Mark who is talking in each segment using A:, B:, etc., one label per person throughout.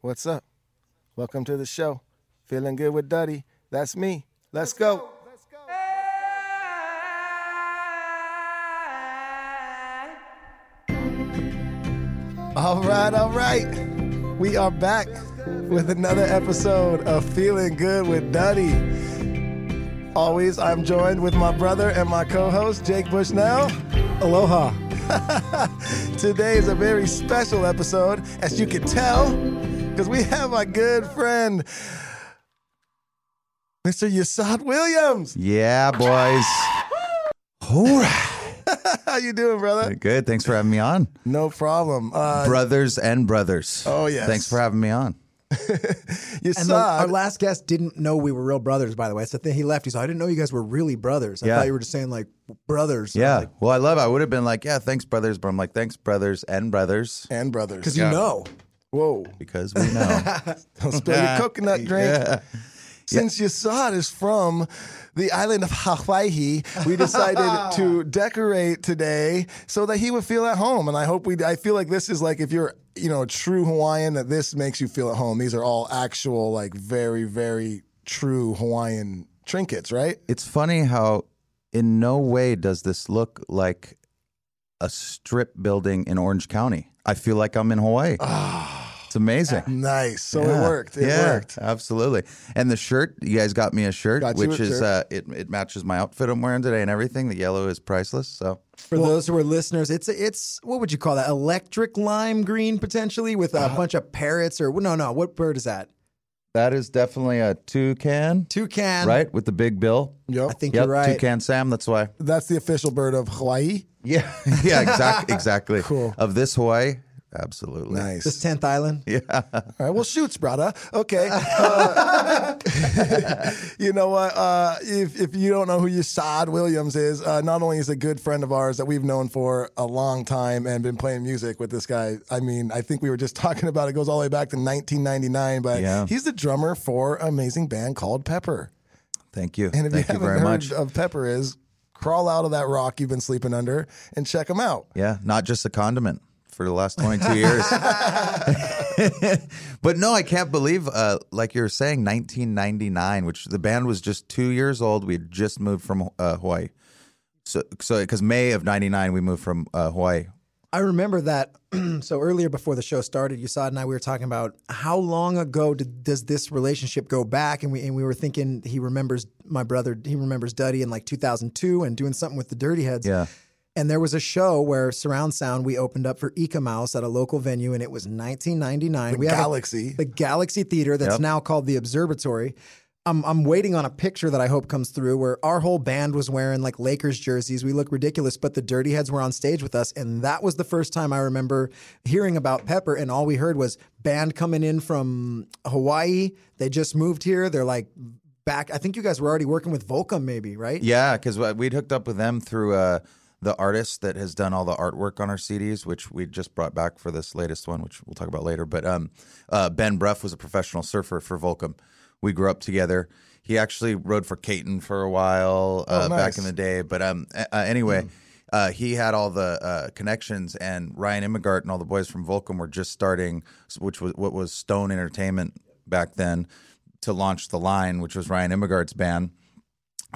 A: what's up? Welcome to the show. Feeling good with Duddy. That's me. Let's go. All right, all right. We are back with another episode of Feeling Good with Duddy. Always, I'm joined with my brother and my co host, Jake Bushnell. Aloha. Today is a very special episode, as you can tell, because we have my good friend, Mr. Yasad Williams.
B: Yeah, boys. All right.
A: How you doing, brother?
B: Good. Thanks for having me on.
A: No problem. Uh,
B: Brothers and brothers.
A: Oh, yes.
B: Thanks for having me on.
C: And the, our
A: Yasad,
C: last guest didn't know we were real brothers, by the way. That's the thing. He left. He said, I didn't know you guys were really brothers. I
B: Yeah.
C: thought you were just saying, like, brothers.
B: Yeah. Well, I love it. I would have been like, yeah, thanks, brothers. But I'm like, thanks, brothers and brothers.
A: and brothers.
C: Because you know.
A: Whoa.
B: Because we know.
A: Don't spill your coconut drink. Since Yasad is from the island of Hawaii, we decided to decorate today so that he would feel at home. And I hope we. I feel like this is like if you're, you know, a true Hawaiian, that this makes you feel at home. These are all actual, like, very, very true Hawaiian trinkets, right?
B: it's funny how in no way does this look like a strip building in Orange County. I feel like I'm in Hawaii.
A: Ah.
B: it's amazing.
A: Nice. So
B: Yeah.
A: it worked. It
B: yeah,
A: worked.
B: Absolutely. And the shirt, you guys got me a shirt,
A: Got you
B: which
A: a
B: is
A: shirt.
B: uh it, it matches my outfit I'm wearing today and everything. The yellow is priceless. So
C: For those who are listeners, it's it's what would you call that? Electric lime green potentially with a
B: Uh-huh.
C: bunch of parrots or no no what bird is that?
B: that is definitely a toucan.
C: Toucan,
B: Right? With the big bill.
A: Yep.
C: I think
B: Yep,
C: you're right.
B: toucan Sam, that's why.
A: That's the official bird of Hawaii.
B: Yeah. yeah, exactly exactly.
A: Cool.
B: Of this Hawaii, absolutely.
A: Nice.
C: This tenth island.
A: All right, well, shoots, brother. Okay. Uh, you know what? Uh, if, if you don't know who Yasad Williams is, uh, not only is a good friend of ours that we've known for a long time and been playing music with this guy, I mean, I think we were just talking about it goes all the way back to 1999, but
B: Yeah.
A: he's the drummer for an amazing band called Pepper.
B: Thank you.
A: And if
B: Thank
A: you
B: you
A: haven't
B: very
A: heard
B: much.
A: of Pepper is, crawl out of that rock you've been sleeping under and check them out.
B: Yeah, not just a condiment for the last 22 years. but no, I can't believe, uh, like you were saying, 1999, which the band was just two years old. We had just moved from uh, Hawaii. So, so because May of 99, we moved from uh, Hawaii.
C: I remember that. so earlier before the show started, Yusad and I we were talking about how long ago did, does this relationship go back, and we and we were thinking he remembers my brother. He remembers Duddy in like 2002 and doing something with the Dirty Heads.
B: Yeah.
C: And there was a show where surround sound we opened up for Eka Mouse at a local venue, and it was 1999. we have a-
A: Galaxy.
C: the Galaxy Theater that's
B: Yep.
C: now called the Observatory. I'm, I'm waiting on a picture that I hope comes through where our whole band was wearing like Lakers jerseys. We look ridiculous, but the Dirty Heads were on stage with us. And that was the first time I remember hearing about Pepper. And all we heard was band coming in from Hawaii. They just moved here. They're like back. I think you guys were already working with Volcom, maybe, right?
B: Yeah, because we'd hooked up with them through uh, the artist that has done all the artwork on our CDs, which we just brought back for this latest one, which we'll talk about later. But um, uh, Ben Bruff was a professional surfer for Volcom. We grew up together. He actually rode for Caton for a while uh, back in the day. But um, a- uh, anyway, uh, he had all the uh, connections, and Ryan Immigart and all the boys from Volcom were just starting, which was what was Stone Entertainment back then, to launch the line, which was Ryan Immigart's band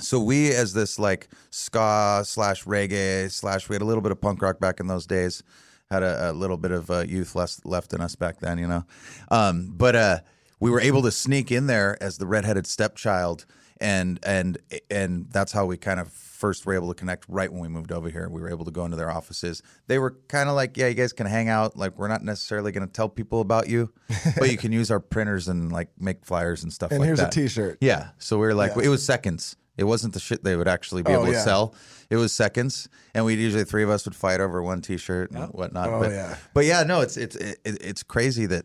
B: so we as this like ska slash reggae slash we had a little bit of punk rock back in those days had a, a little bit of uh, youth left left in us back then you know um, but uh, we were able to sneak in there as the redheaded stepchild and and and that's how we kind of first were able to connect right when we moved over here we were able to go into their offices they were kind of like yeah you guys can hang out like we're not necessarily going to tell people about you but you can use our printers and like make flyers and stuff
A: And
B: like
A: here's
B: that.
A: a T-shirt.
B: Yeah. So we were like, it was seconds. It wasn't the shit they would actually be
A: Oh,
B: able
A: yeah.
B: to sell. It was seconds, and we would usually three of us would fight over one T-shirt and whatnot.
A: Oh,
B: but,
A: yeah.
B: but yeah, no, it's it's it, it- it's crazy that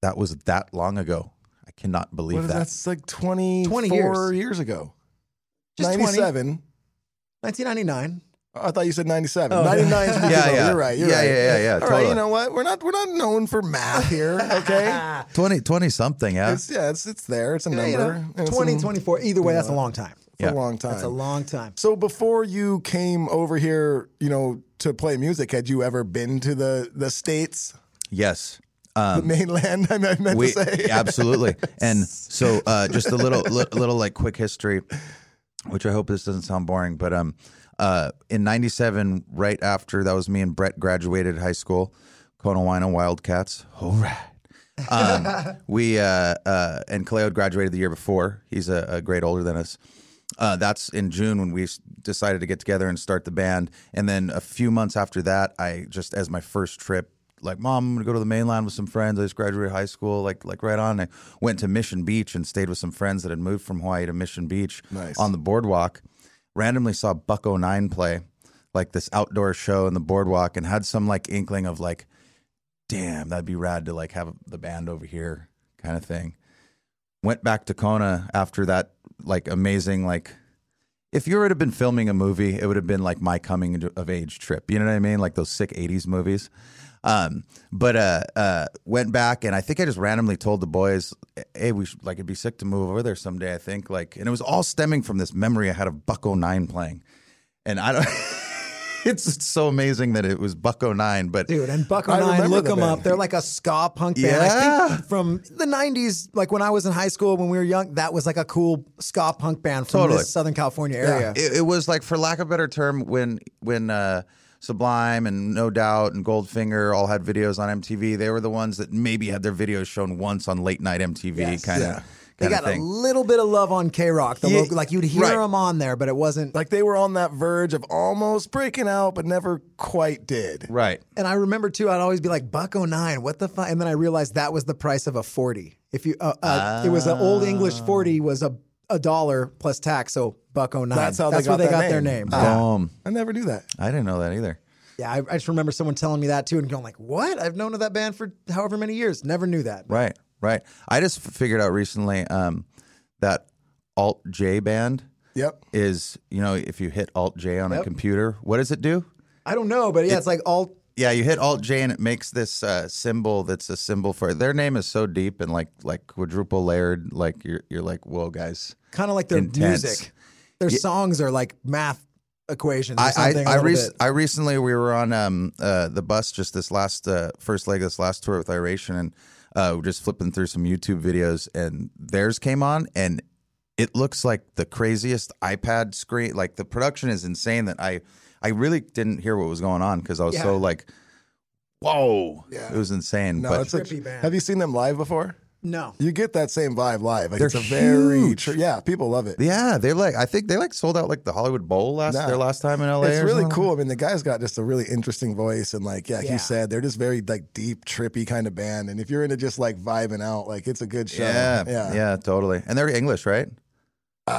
B: That was that long ago. I cannot believe
A: What is,
B: that.
A: that's like 24
C: years.
A: years. ago.
C: Just 20.
A: 97.
C: 1999.
A: I thought you said 97.
C: Oh,
A: 99 is pretty
B: Yeah,
A: good,
B: yeah.
A: You're right. You're
B: Yeah,
A: right.
B: yeah, yeah, yeah,
A: All right,
B: totally.
A: You know what? We're not we're not known for math here, okay?
B: 20, 20 something, yeah.
A: it's, yeah, it's it's there. It's a
C: Yeah,
A: number.
C: you know,
A: and it's
C: 20,
A: a-
C: 24. Either way, that's a long time.
A: It's
B: Yeah.
A: a long time.
C: That's a long time.
A: So before you came over here, you know, to play music, had you ever been to the the states,
B: yes.
A: the mainland? I meant to
B: Um, we
A: say.
B: absolutely and so uh, just a little li- little like quick history which i hope this doesn't sound boring but um uh, in 97 right after that was me and brett graduated high school conowina wildcats all right um, we uh, uh, and Kaleo had graduated the year before he's a, a grade older than us uh, that's in June when we s- decided to get together and start the band. And then a few months after that, I just as my first trip, like, mom, I'm gonna go to the mainland with some friends. I just graduated high school, like, like right on. I went to Mission Beach and stayed with some friends that had moved from Hawaii to Mission Beach
A: Nice.
B: on the boardwalk. Randomly saw Buck 09 play, like this outdoor show in the boardwalk, and had some like inkling of like, damn, that'd be rad to like have the band over here, kind of thing went back to Kona after that like amazing like if you would have been filming a movie, it would have been like my coming of age trip. You know what I mean? Like those sick '80s movies. Um, but uh, uh, went back and I think I just randomly told the boys, "Hey, we should like it'd be sick to move over there someday." I think like, and it was all stemming from this memory I had of Bucko Nine playing, and I don't. it's so amazing that it was Bucko Nine, but
C: Dude, and Buck
A: I
C: 09,
A: remember
C: look
A: the
C: them up.
A: band.
C: They're like a ska punk band. I
B: Yeah.
C: think from the 90s, like when I was in high school, when we were young, that was like a cool ska punk band from
B: Totally.
C: this Southern California area.
B: it, it was like for lack of a better term when when uh Sublime and No Doubt and Goldfinger all had videos on MTV. They were the ones that maybe had their videos shown once on late night MTV kind of
C: They
B: kind of
C: got a
B: thing.
C: little bit of love on K Rock. The
B: Yeah,
C: local, like you'd hear
B: right.
C: them on there, but it wasn't.
A: Like they were on that verge of almost breaking out, but never quite did.
B: right.
C: And I remember too, I'd always be like, Buck 09, what the fuck? And then I realized that was the price of a 40. If you, uh, uh, it was an old English 40 was a, a dollar plus tax. So Buck 09.
A: Ah. That's how they
C: where
A: got
C: they
A: that
C: got their
A: name.
C: name.
A: Ah.
B: Um
A: I never knew that.
B: I didn't know that either.
C: Yeah, I, I just remember someone telling me that too and going like, "What? I've known of that band for however many years. Never knew that."
B: Right. Right. I just f- figured out recently um that Alt J band
A: Yep.
B: is, you know, if you hit Alt J on a computer, what does it do?
C: I don't know, but yeah, it's like all
B: Yeah, you hit Alt J and it makes this uh, symbol that's a symbol for their name is so deep and like like quadruple layered. Like you're you're like whoa guys.
C: kind of like their
B: Intense.
C: music. Their songs are like math equations. Or
B: I
C: something
B: I, I,
C: a little
B: rec-
C: bit.
B: I recently we were on um uh, the bus just this last uh, first leg of this last tour with Iration and uh, we're just flipping through some YouTube videos and theirs came on and it looks like the craziest iPad screen. Like the production is insane. That I I really didn't hear what was going on because I was so
C: Yeah.
B: like. Whoa!
A: Yeah.
B: It was insane.
A: No,
B: but
A: it's a,
C: Trippy band.
A: Have you seen them live before?
C: no.
A: You get that same vibe live. Like
B: They're
A: it's a very
B: huge.
A: tr- yeah, people love it.
B: Yeah, they like I think they like sold out like the Hollywood Bowl last
A: Nah.
B: their last time in LA.
A: It's
B: or
A: really
B: something.
A: cool. I mean, the guy's got just a really interesting voice, and like, yeah,
C: Yeah.
A: he said they're just very like deep, trippy kind of band. And if you're into just like vibing out, like it's a good show.
B: Yeah, yeah, totally. And they're English, right? I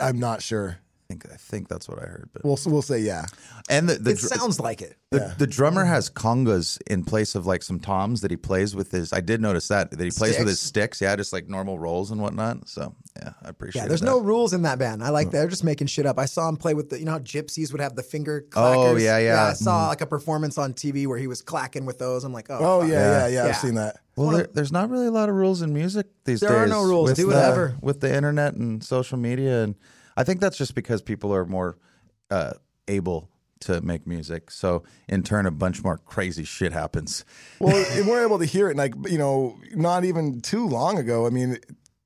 A: I I'm not sure.
B: think I think that's what I heard. But
A: We'll we'll say yeah.
B: and the the,
C: It
B: dr-
C: sounds like it.
B: the, the drummer has congas in place of like some toms that he plays with his. I did notice that that he plays with his sticks. Yeah, just like normal rolls and whatnot. So yeah, I appreciate.
C: Yeah, there's
B: that. Oh.
C: no rules in that band. I like that. They're just making shit up. I saw him play with the, you know how gypsies would have the finger clackers?
B: Oh, yeah, yeah.
C: I saw like a performance on TV where he was clacking with those. I'm like, oh,
A: Oh
C: fuck.
A: yeah, yeah, yeah.
C: Yeah.
A: I've seen that.
B: Well, there, there's not really a lot of rules in music these
C: There
B: days.
C: are no rules.
B: with
C: Do
B: the-
C: whatever.
B: with the internet and social media, and I think that's just because people are more uh, able to make music. So in turn, a bunch more crazy shit happens.
A: Well, and we're able to hear it, and like you know, not even too long ago. I mean,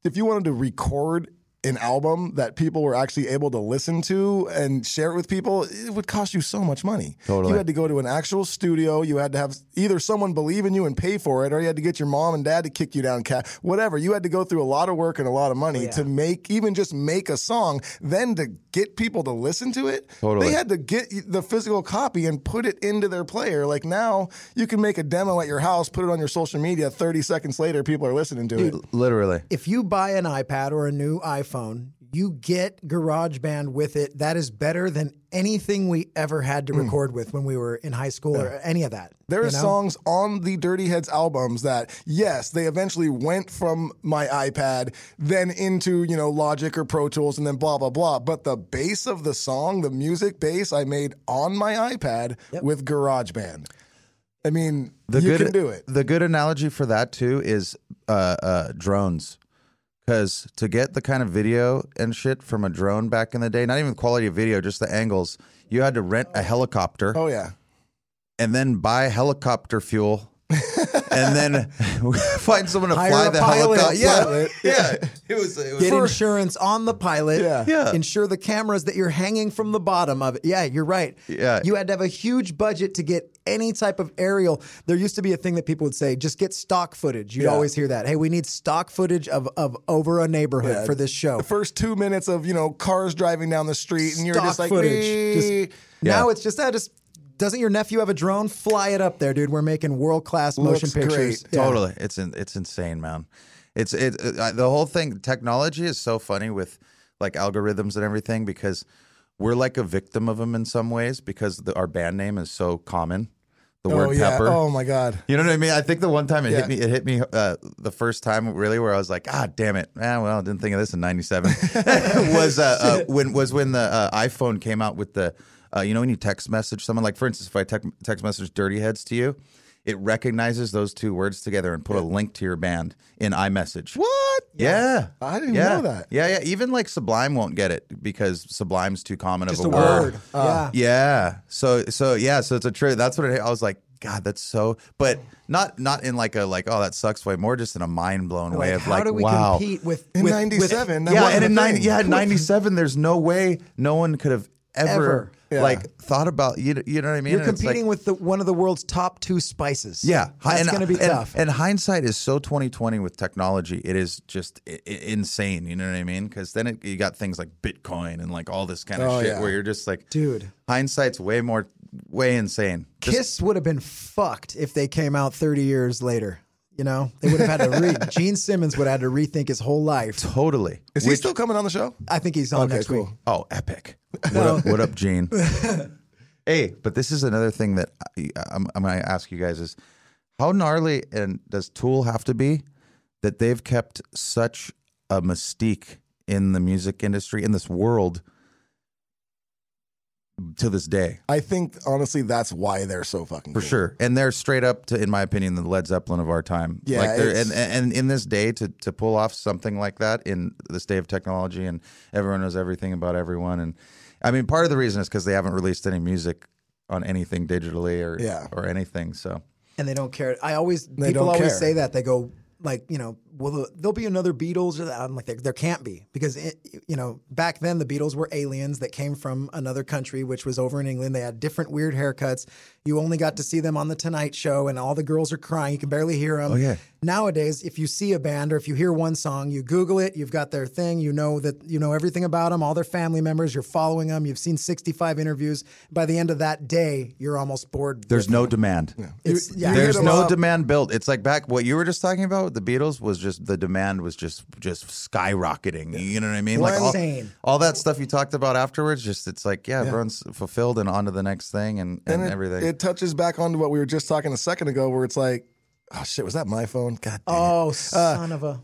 A: if you wanted to record an album that people were actually able to listen to and share it with people, it would cost you so much money.
B: Totally.
A: You had to go to an actual studio. You had to have either someone believe in you and pay for it, or you had to get your mom and dad to kick you down, cat, whatever. You had to go through a lot of work and a lot of
B: Oh,
A: money to make even just make a song, then to get people to listen to it.
B: Totally.
A: They had to get the physical copy and put it into their player. Like now, you can make a demo at your house, put it on your social media. Thirty seconds later, people are listening to it.
B: Literally.
C: if you buy an iPad or a new iPhone, you get GarageBand with it. That is better than anything we ever had to record with when we were in high school or any of that.
A: Hmm. There are
C: you know?
A: songs on the Dirty Heads albums that, yes, they eventually went from my iPad, then into, you know, Logic or Pro Tools, and then blah, blah, blah. But the bass of the song, the music bass, I made on my iPad with GarageBand. I mean,
B: The
A: you
B: good,
A: can do it.
B: The good analogy for that too is uh, uh, drones, because to get the kind of video and shit from a drone back in the day, not even quality of video, just the angles, you had to rent a helicopter
A: Oh, yeah.
B: and then buy helicopter fuel. and then find someone to
C: Hire
B: fly
C: a
B: the
C: pilot.
B: helicopter. Yeah,
A: Pilot.
B: yeah. It was. It was
C: Get insurance on the pilot.
A: Yeah.
B: Yeah.
C: Insure the cameras that you're hanging from the bottom of it. Yeah, you're right.
B: Yeah.
C: You had to have a huge budget to get any type of aerial. There used to be a thing that people would say, just get stock footage. You'd always hear that. Hey, we need stock footage of, of over a neighborhood
A: Yeah.
C: for this show.
A: The first two minutes of, you know, cars driving down the street, and you're
C: stock
A: just like,
C: footage. Just-
A: "Wee."
C: Now it's just that. Just doesn't your nephew have a drone? Fly it up there, dude. We're making world class
A: Looks
C: motion pictures.
A: great.
C: Yeah.
B: Totally, it's in, it's insane, man. It's it uh, the whole thing. Technology is so funny with like algorithms and everything because we're like a victim of them in some ways because the, our band name is so common. The
A: oh,
B: word
A: yeah.
B: pepper.
A: Oh, my God.
B: You know what I mean? I think the one time it
A: Yeah.
B: hit me, it hit me uh, the first time really where I was like, ah, damn it, ah, well, I didn't think of this in '97. was uh, uh, when was when the uh, iPhone came out with the, uh, you know, when you text message someone, like for instance, if I tec- text message "dirty heads" to you, it recognizes those two words together and put a link to your band in iMessage.
A: What?
B: Yeah,
A: I didn't
B: Yeah.
A: know that.
B: Yeah, yeah. Even like Sublime won't get it because Sublime's too common
C: Just
B: of
C: a
A: Uh,
B: a word. Uh,
C: word. yeah.
B: Yeah. So so yeah. So it's a true. That's what it, I was like. God, that's so. But
C: Oh.
B: not not in like a like oh that sucks way. More just in a mind blown way
C: Like,
B: of
C: how
B: like
C: do we
B: wow.
C: compete with
A: In
C: with- with-
A: 97. that
B: yeah,
A: wasn't
B: and
A: a
B: in nine,
A: thing.
B: yeah ninety seven. There's no way no one could have ever,
C: Ever.
A: Yeah.
B: like thought about you. know- You know what I mean?
C: You're
B: And it's like-
C: competing with the, one of the world's top two spices.
B: yeah, hi-
C: that's
B: and-
C: going to be
B: and-
C: tough.
B: And hindsight is so 2020 with technology. It is just i- i- insane. You know what I mean? Because then it, you got things like Bitcoin and like all this kind of
A: Oh,
B: shit
A: yeah.
B: where you're just like,
C: Dude.
B: hindsight's way more, way insane. Just-
C: Kiss would have been fucked if they came out 30 years later. You know, they would have had to. Re- Gene Simmons would have had to rethink his whole life.
B: Totally.
A: Is he still coming on the show?
C: I think he's on
A: Okay,
C: next
A: cool.
C: week.
B: Oh, epic. What up, what up Gene? hey, but this is another thing that I, I'm, I'm going to ask you guys is how gnarly and does Tool have to be that they've kept such a mystique in the music industry in this world to this day?
A: I think, honestly, that's why they're so fucking
B: For
A: cool.
B: sure, and they're straight up to, in my opinion, the Led Zeppelin of our time.
A: Yeah,
B: like they're,
A: it's-
B: and and in this day to to pull off something like that in this day of technology and everyone knows everything about everyone. And I mean, part of the reason is because they haven't released any music on anything digitally or
A: Yeah.
B: or anything. So
C: and they don't care. I always
A: don't
C: people always
A: care.
C: say that they go like you know well there'll be another Beatles or that. I'm like there, there can't be because it, you know back then the Beatles were aliens that came from another country which was over in England. They had different weird haircuts. You only got to see them on the Tonight Show, and all the girls are crying. You can barely hear them. Oh
B: yeah.
C: Nowadays, if you see a band or if you hear one song, you Google it. You've got their thing. You know that you know everything about them. All their family members. You're following them. You've seen 65 interviews. By the end of that day, you're almost bored.
B: there's
C: with
B: no demand.
C: It's- yeah.
A: You hit
B: There's
A: 'em
B: no
A: up.
B: demand built. It's like back what you were just talking about. with The Beatles was just the demand was just just skyrocketing. You know what I mean? Like all,
C: Insane.
B: all that stuff you talked about afterwards. Just it's like yeah, everyone's fulfilled and on to the next thing and, and,
A: And it,
B: everything.
A: It touches back onto what we were just talking a second ago, where it's like, oh shit, was that my phone? God damn. it.
C: Oh, son of a.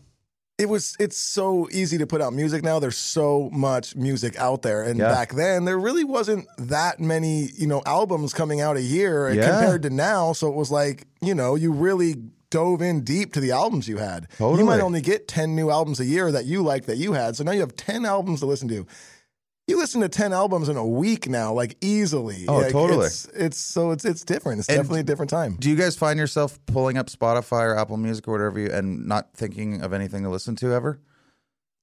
A: It was. It's so easy to put out music now. There's so much music out there, and
B: Yeah.
A: back then there really wasn't that many, you know, albums coming out a year
B: Yeah.
A: compared to now. So it was like, you know, you really dove in deep to the albums you had.
B: Totally.
A: You might only get ten new albums a year that you liked that you had. So now you have ten albums to listen to. You listen to ten albums in a week now, like easily.
B: Oh,
A: Like,
B: totally.
A: It's, it's so it's it's different. It's
B: And-
A: definitely a different time.
B: Do you guys find yourself pulling up Spotify or Apple Music or whatever you and not thinking of anything to listen to ever?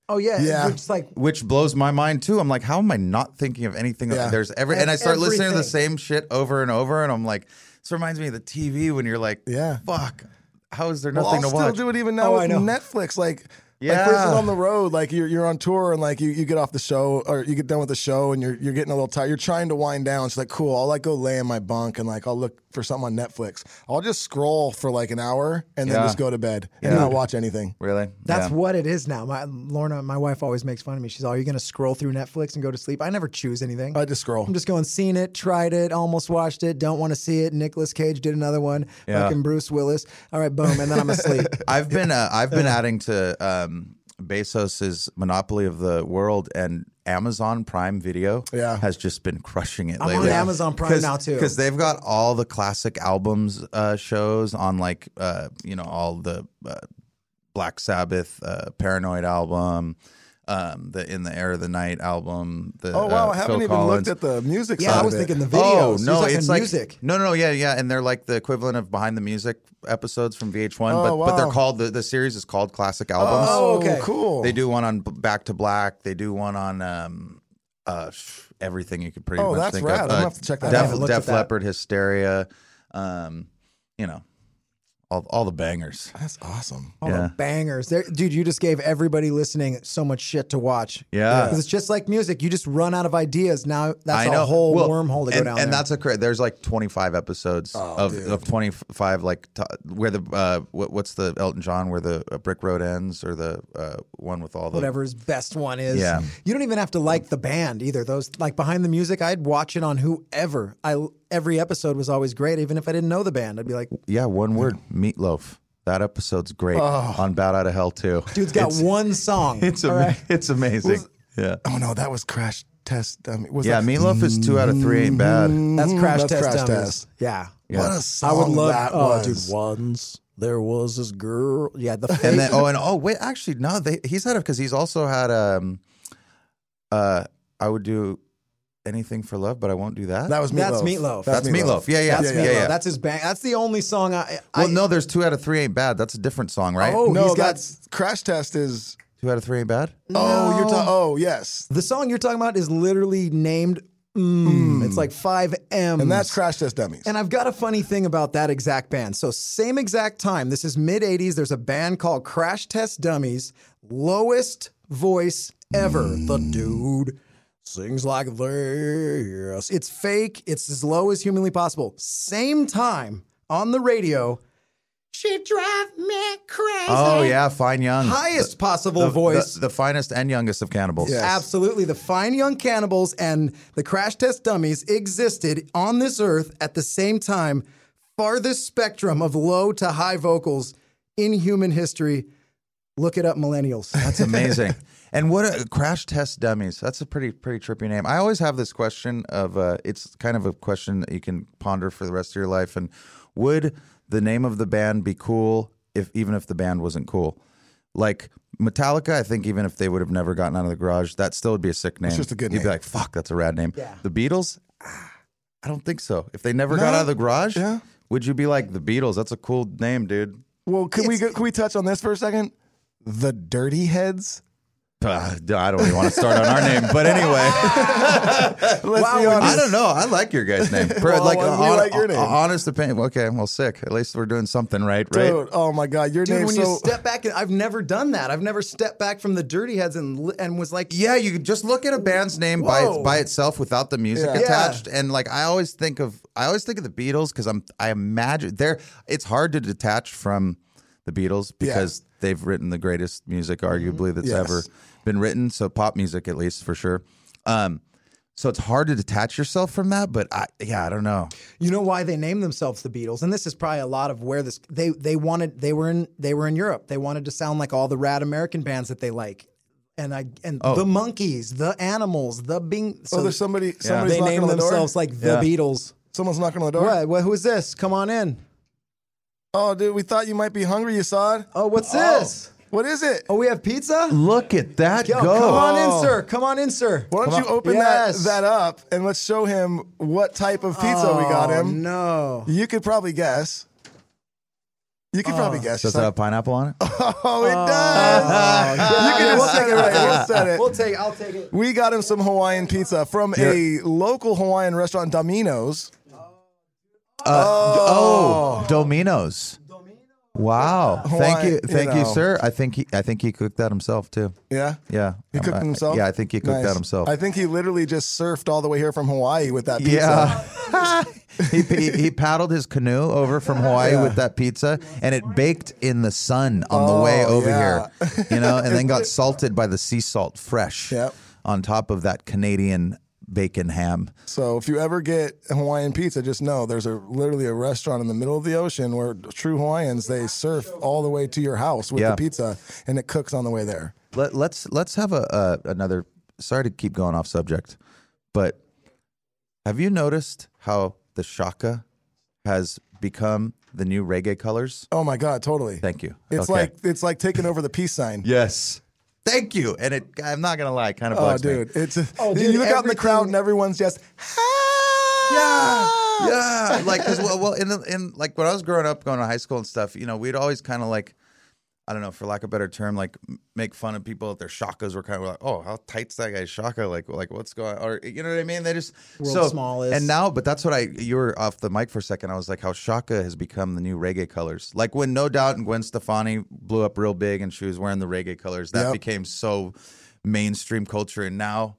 C: Oh yeah,
A: Yeah.
C: You're just like
B: Which blows my mind too. I'm like, how am I not thinking of anything?
A: Yeah.
B: There's every and I
C: Ev-
B: start listening to the
C: everything.
B: same shit over and over, and I'm like, this reminds me of the TV when you're like,
A: Yeah.
B: fuck, how is there
A: Well,
B: nothing
A: I'll
B: to watch?
A: still do it even now
C: Oh, I
A: with
C: know.
A: Netflix. Like Like
B: Yeah.
A: for instance, on the road, like you're you're on tour and like you, you get off the show or you get done with the show and you're you're getting a little tired. You're trying to wind down. She's like, cool. I'll like go lay in my bunk and like I'll look for something on Netflix. I'll just scroll for like an hour and then
B: Yeah.
A: just go to bed and not watch anything.
B: Really?
C: That's
B: Yeah.
C: what it is now. My Lorna, my wife always makes fun of me. She's all, "Are you going to scroll through Netflix and go to sleep?" I never choose
B: Uh,
C: anything.
A: I just scroll.
C: I'm just going, seen it, tried it, almost watched it, don't want to see it. Nicolas Cage did another one,
B: Yeah.
C: fucking Bruce Willis. All right, boom, and then I'm asleep.
B: I've been uh, I've been adding to um, Bezos's monopoly of the world and Amazon Prime Video
A: Yeah.
B: has just been crushing it
C: I'm on
B: lately.
C: Amazon Prime now, too.
B: because they've got all the classic albums uh, shows on like uh, you know all the uh, Black Sabbath uh, Paranoid album. Um, the In the Air of the Night album. The,
A: oh wow,
B: uh,
A: I haven't
B: Phil
A: even looked
B: Collins.
A: at the music.
C: yeah,
A: side
C: I
A: of
C: was
A: it.
C: thinking the
B: Oh
C: videos. He was
B: no,
C: talking
B: it's like
C: music.
B: no, no, no, yeah, yeah, and they're like the equivalent of behind the music episodes from VH1, but
A: Oh,
B: but they're
A: wow.
B: called the, the series is called classic albums.
C: Oh,
A: Oh,
C: okay.
A: cool.
B: They do one on B- Back to Black. They do one on um, uh, sh- everything you could pretty
A: Oh,
B: much
A: that's
B: think
A: rad. I'm
B: of. Uh,
A: gonna have to check that
B: Def,
A: out. I
C: haven't looked at
B: Def
C: that.
B: Leppard, Hysteria, um, you know, all all the bangers.
A: That's awesome.
C: All
B: Yeah.
C: the bangers. There, dude, you just gave everybody listening so much shit to watch.
B: Yeah.
C: 'Cause It's just like music. You just run out of ideas. Now that's
B: I know.
C: a whole
B: Well,
C: wormhole to go
B: and,
C: down
B: And
C: there. Oh,
B: that's a cra- there's like 25 episodes of, of 25 like t- where the uh, what, what's the Elton John where the uh, Brick Road ends or the uh, one with all the
C: whatever his best one is.
B: Yeah.
C: You don't even have to like the band either. Those like behind the music, I'd watch it on whoever. I every episode was always great, even if I didn't know the band. I'd be like,
B: Yeah, one word meatloaf. That episode's great on Bad Out of Hell too.
C: Oh. dude's got
B: it's,
C: one song.
B: It's ama- it's amazing. yeah.
A: Oh no, that was crash test. I mean, was
B: Yeah,
A: that-
B: meatloaf is two out of three. Ain't bad.
C: That's
A: Mm,
C: crash
A: that's
C: test.
A: Crash
C: Dummies.
A: Test.
C: Yeah.
A: What a song I would love, that
C: oh,
A: was.
C: dude, once there was this girl. Yeah, the face.
B: And then oh, and oh wait, actually no, they, he's had it because he's also had um, uh, I would do anything for love, but I won't do that.
A: That was meatloaf.
C: That's Meatloaf.
B: That's meatloaf. Yeah, yeah,
C: that's
B: yeah, yeah.
C: Meatloaf. That's his bang. That's the only song I. I
B: well, no, there's two out of three ain't bad. That's a different song, right?
C: Oh,
A: No,
C: he's got-
A: that's crash test is.
B: Two out of three ain't bad.
A: Oh, you're
C: No.
A: talking. Oh, yes.
C: The song you're talking about is literally named. Mm, It's like five M.
A: And that's Crash Test Dummies.
C: And I've got a funny thing about that exact band. So, same exact time, this is mid 80s, there's a band called Crash Test Dummies, lowest voice ever. The dude sings like this. It's fake, it's as low as humanly possible. Same time on the radio, she drive me crazy.
B: Oh yeah, Fine Young.
C: Highest possible
B: the,
C: voice.
B: The, the finest and youngest of cannibals.
A: Yeah.
C: Absolutely. The Fine Young Cannibals and the Crash Test Dummies existed on this earth at the same time, farthest spectrum of low to high vocals in human history. Look it up, millennials.
B: That's amazing. and what a crash test dummies. That's a pretty pretty trippy name. I always have this question of uh, it's kind of a question that you can ponder for the rest of your life. And would the name of the band be cool if even if the band wasn't cool? Like Metallica, I think even if they would have never gotten out of the garage, that still would be a sick name. It's
A: just a good
B: You'd be
A: name.
B: like, fuck, that's a rad name. The Beatles, Ah, I don't think so. If they never got out of the garage,
A: Yeah.
B: would you be like the Beatles? That's a cool name, dude.
A: well, can we go, can we touch on this for a second? The Dirty Heads.
B: Uh, I don't even want to start on our name, but anyway.
A: Let's be
B: I
A: honest.
B: don't know. I like your guy's name. Per-
A: Well,
B: like,
A: we
B: hon-
A: like your name.
B: honest opinion. Okay, well, sick. At least we're doing something right, right?
A: Dude, oh my God, your
C: Dude,
A: name's so.
C: when
A: Oh,
C: you step back, I've never done that. I've never stepped back from the Dirty Heads and li- and was like,
B: Yeah, you could just look at a band's name by
C: Whoa.
B: by itself without the music
A: Yeah.
B: attached, and like I always think of I always think of the Beatles because I'm I imagine they're it's hard to detach from the Beatles because they've written the greatest music arguably that's
A: Mm-hmm. Yes.
B: ever been written. So pop music at least for sure. Um, so it's hard to detach yourself from that, but I yeah I don't know.
C: You know why they named themselves the Beatles? And this is probably a lot of where this they they wanted they were in they were in Europe. They wanted to sound like all the rad American bands that they like. And I and the monkeys, the animals, the Bing. So
A: oh, there's somebody. Somebody's
C: they
A: knocking
C: named
A: on the
C: themselves
A: door.
C: like the Beatles.
A: Someone's knocking on the door.
C: What? Well, who is this? Come on in.
A: Oh, dude, we thought you might be hungry. You saw it.
C: Oh, what's this?
A: What is it?
C: Oh, we have pizza.
B: Look at that
C: Yo,
B: go!
C: come on in, sir. Come on in, sir.
A: Why don't
B: Come
A: you
B: on.
A: open
C: Yes.
A: that that up and let's show him what type of pizza we got
C: Oh
A: him.
C: no.
A: You could probably guess. You could probably
C: Oh.
A: guess.
B: Does
A: She's
B: that
A: like,
B: have pineapple on it?
A: Oh, it does. you could have said it right. You could've said it.
C: We'll take. I'll take it.
A: We got him some Hawaiian pizza from a local Hawaiian restaurant, Domino's.
B: Uh, oh. Domino's. Wow. Thank
A: Hawaiian,
B: you.
A: you
B: Thank you,
A: know.
B: sir. I think he I think he cooked that himself too.
A: Yeah.
B: Yeah. Um,
A: He cooked
B: I-
A: it himself.
B: Yeah, I think he cooked
A: Nice.
B: that himself.
A: I think he literally just surfed all the way here from Hawaii with that pizza.
B: yeah. he, he he paddled his canoe over from Hawaii
A: Yeah.
B: with that pizza and it baked in the sun on the way
A: Oh,
B: over
A: yeah.
B: here. You know, and then got salted by the sea salt fresh
A: Yep.
B: on top of that Canadian bacon ham.
A: So if you ever get Hawaiian pizza, just know there's a literally a restaurant in the middle of the ocean where true Hawaiians they surf all the way to your house with
B: Yeah.
A: the pizza and it cooks on the way there.
B: Let, let's let's have a uh, another. Sorry to keep going off subject, but have you noticed how the shaka has become the new reggae colors?
A: Oh my god, totally.
B: Thank you.
A: It's
B: Okay.
A: like it's like taking over the peace sign.
B: yes, thank you. And it, I'm not gonna lie, it kind of
A: Oh,
B: bugs me.
A: dude, it's
C: Oh,
A: you
C: dude,
A: look out in the crowd
C: everything-
A: and everyone's just
B: Yeah, yeah. Like, 'cause, well, well, in the, in like when I was growing up, going to high school and stuff, you know, we'd always kind of like, I don't know, for lack of a better term, like m- make fun of people that their shakas were kind of like, oh, how tight's that guy's shaka? Like, like what's going? Or you know what I mean? They just
C: World's
B: so
C: smallest.
B: And now, but that's what I you were off the mic for a second. I was like, how shaka has become the new reggae colors. Like when No Doubt and Gwen Stefani blew up real big, and she was wearing the reggae colors. That
A: Yep.
B: became so mainstream culture, and now.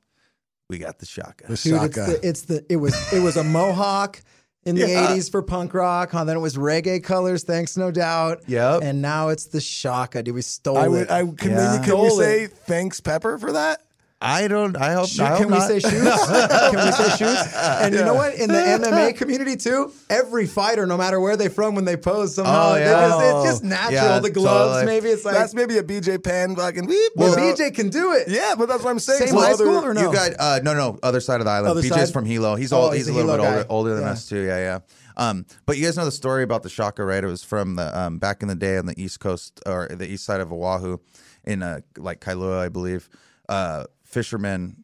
B: We got the shaka.
C: Dude, it's
A: Shaka.
C: the, it's the it was it was a mohawk in the '80s for punk rock, and then it was reggae colors. Thanks, no doubt.
B: Yep.
C: And now it's the Shaka. Dude, we stole
A: I
C: it.
A: would I can
B: Yeah.
A: we can we
C: Stole it.
A: say thanks Pepper for that?
B: I don't. I hope.
C: Shoot,
B: I hope
C: can we
B: not.
C: say shoes? can we say shoes? And you know what? In the MMA community too, every fighter, no matter where they're from, when they pose, somehow
B: Oh,
C: they
B: yeah.
C: just- it's just natural.
B: Yeah,
C: the gloves,
B: totally.
C: maybe it's like
A: That's maybe a BJ Penn fucking weep.
C: well,
A: you know?
C: BJ can do it.
A: Yeah, but that's what I'm saying.
C: Same
A: So
C: high
A: other-
C: school or no?
B: You got uh, no, no, other side of the island.
C: Other
B: BJ's
C: side?
B: from Hilo. He's
C: Oh,
B: old. He's,
C: he's
B: a
C: a
B: little bit
C: Hilo
B: older,
C: guy.
B: older than
C: Yeah.
B: us too. Yeah, yeah. Um, but you guys know the story about the Shaka, right? It was from the um, back in the day on the east coast or the east side of Oahu, in uh, like Kailua, I believe. Uh, fisherman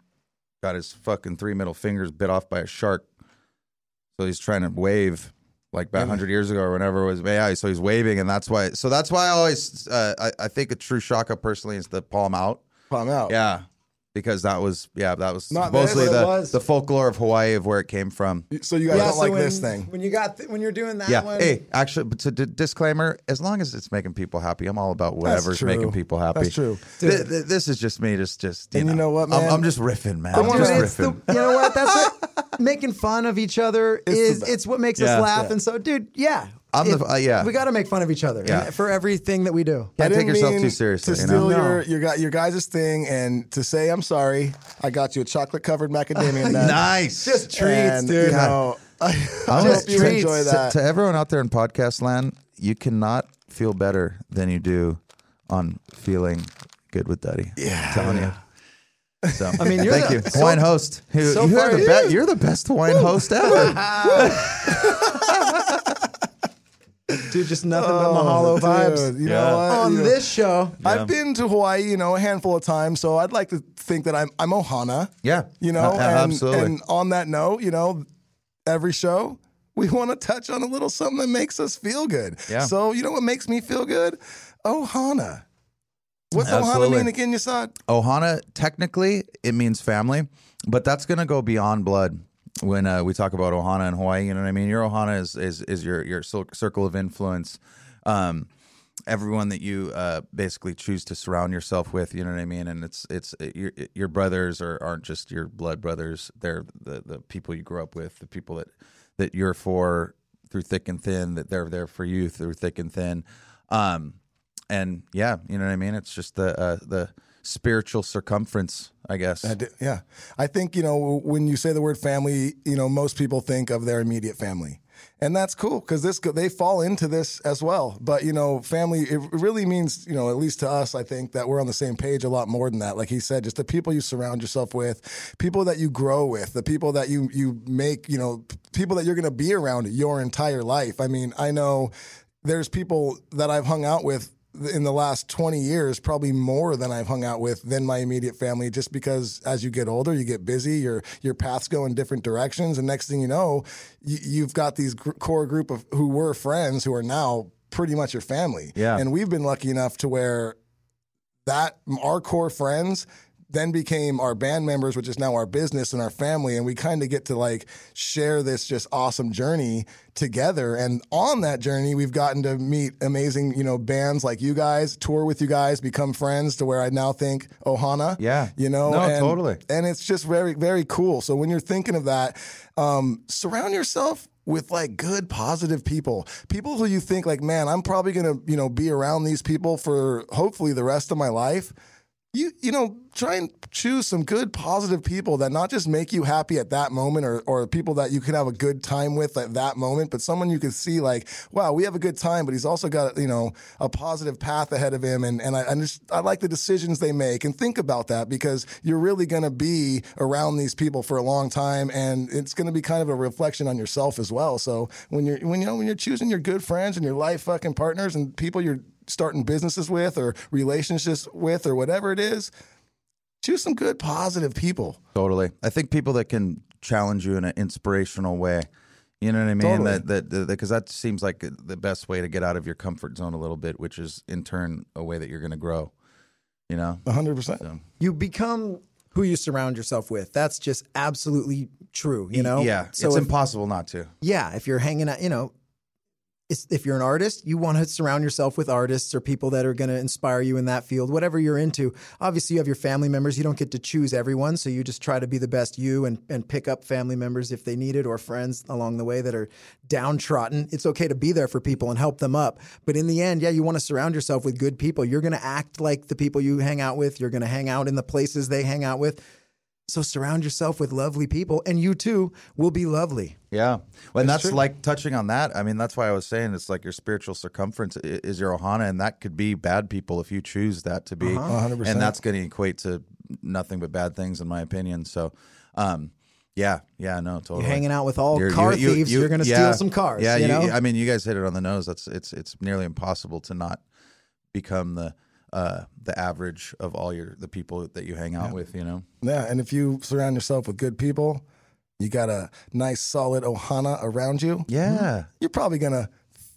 B: got his fucking three middle fingers bit off by a shark, so he's trying to wave. Like about
C: Mm-hmm.
B: 100 years ago or whenever it was, yeah. So he's waving, and that's why. So that's why I always, uh, I, I think a true shaka personally is the palm out.
A: palm out.
B: Yeah. Because that was yeah, that was
A: Not this,
B: mostly
A: but it
B: the,
C: was.
B: the folklore of Hawaii of where it came from.
A: So you guys
C: Yeah,
A: don't
C: so
A: like
C: when,
A: this thing.
C: When you got th- when you're doing that
B: yeah.
C: one,
B: Hey, actually, but to d- disclaimer, as long as it's making people happy, I'm all about whatever's
A: true.
B: making people happy.
A: That's true.
B: Th- th- this is just me. Just, just you,
A: And
B: know,
A: you know what,
B: I'm-
A: man?
B: I'm, just riffing, man. I'm
A: wanna-
B: just
C: Dude, it's the,
B: riffing.
C: you know what? That's what making fun of each other
A: the
C: is.
A: best.
C: It's what makes
B: Yeah.
C: us laugh. And so, dude, yeah,
B: I'm the- uh, yeah.
C: We got to make fun of each other
B: Yeah.
C: and- for everything that we do.
B: Yeah,
A: I
B: take
A: didn't
B: yourself
A: mean
B: too seriously,
A: To
B: you know?
A: steal
C: No.
A: your, your guy- your guys' thing and to say I'm sorry, I got you a chocolate covered macadamia nut.
B: nice. Just
A: And, You know, I, I hope
B: Just
A: you
B: treats.
A: enjoy
B: To-
A: that.
B: To, everyone out there in podcast land, you cannot feel better than you do on feeling good with Duddy. Yeah, I'm telling you. So I
C: mean, you're
B: thank
C: the-
B: you,
C: so-
B: Hawaiian host. Who,
C: so
B: you are
C: far-
B: the best. You're the best Hawaiian host ever.
C: Dude, just nothing but mahalo
A: Dude,
C: vibes
A: You
B: Oh, Yeah.
A: know what?
C: on
A: You know-
C: this show.
A: I've been to Hawaii, you know, a handful of times, so I'd like to think that I'm I'm Ohana.
B: Yeah.
A: You know,
B: Uh,
A: and,
B: absolutely.
A: and on that note, you know, every show we want to touch on a little something that makes us feel good.
B: Yeah.
A: So you know what makes me feel good? Ohana. What's Ohana
B: Absolutely.
A: mean again, Yasad?
B: Ohana, technically, it means family, but that's gonna go beyond blood. When uh, we talk about Ohana in Hawaii, you know what I mean. Your Ohana is is, is your your cir- circle of influence. Um, everyone that you uh, basically choose to surround yourself with, you know what I mean. And it's it's it, your your brothers are, aren't just your blood brothers. They're the the people you grew up with, the people that that you're for through thick and thin. That they're there for you through thick and thin. Um, and yeah, you know what I mean. It's just the uh, the spiritual circumference, I guess.
A: I do- yeah. I think, you know, when you say the word family, you know, most people think of their immediate family. And that's cool because this they fall into this as well. But you know, family it really means you know at least to us. I think that we're on the same page a lot more than that. Like he said, just the people you surround yourself with, people that you grow with, the people that you you make you know p- people that you're going to be around your entire life. I mean, I know there's people that I've hung out with in the last 20 years, probably more than I've hung out with than my immediate family, just because as you get older, you get busy, your, your paths go in different directions. And next thing you know, you, you've got these gr- core group of who were friends who are now pretty much your family.
B: Yeah.
A: And we've been lucky enough to where that our core friends then became our band members, which is now our business and our family. And we kind of get to like share this just awesome journey together. And on that journey, we've gotten to meet amazing, you know, bands like you guys, tour with you guys, become friends to where I now think Ohana.
B: Yeah.
A: You know,
B: No,
A: and-
B: totally.
A: and it's just very very cool so when you're thinking of that um, surround yourself with like good positive people people who you think like man i'm probably gonna you know be around these people for hopefully the rest of my life you you know try and choose some good positive people that not just make you happy at that moment or or people that you can have a good time with at that moment but someone you can see like wow we have a good time but he's also got you know a positive path ahead of him and and I, I just I like the decisions they make and think about that because you're really going to be around these people for a long time and it's going to be kind of a reflection on yourself as well so when you're when you know when you're choosing your good friends and your life fucking partners and people you're starting businesses with or relationships with or whatever it is, choose some good positive people.
B: Totally. I think people that can challenge you in an inspirational way. You know what I mean?
A: Totally.
B: That that because that seems like the best way to get out of your comfort zone a little bit, which is in turn a way that you're going to grow. You know?
A: 100%.
C: You become who you surround yourself with. That's just absolutely true. You know.
B: Yeah.
C: So
B: it's
C: if-
B: impossible not to.
C: yeah, if you're hanging out, you know, it's, if you're an artist, you want to surround yourself with artists or people that are going to inspire you in that field, whatever you're into. Obviously, you have your family members. You don't get to choose everyone. So you just try to be the best you and, and pick up family members if they need it or friends along the way that are downtrodden. It's okay to be there for people and help them up. But in the end, yeah, you want to surround yourself with good people. You're going to act like the people you hang out with, you're going to hang out in the places they hang out with. So surround yourself with lovely people, and you too will be lovely.
B: Yeah. Well, and that's like touching on that. I mean, that's why I was saying it's like your spiritual circumference i- is your ohana, and that could be bad people if you choose that to be.
C: Uh-huh.
A: 100%.
B: And that's going to equate to nothing but bad things, in my opinion. So, um, yeah, yeah, no, totally.
C: hanging out with all
B: You're-
C: car
B: you- you-
C: thieves,
B: you-
C: you, are going to
B: yeah.
C: steal some cars.
B: Yeah,
C: you know.
B: I mean, you guys hit it on the nose. That's it's it's nearly impossible to not become the uh, the average of all your the people that you hang out with. You know,
A: Yeah. And if you surround yourself with good people, you got a nice solid ohana around you,
B: yeah,
A: you're probably going to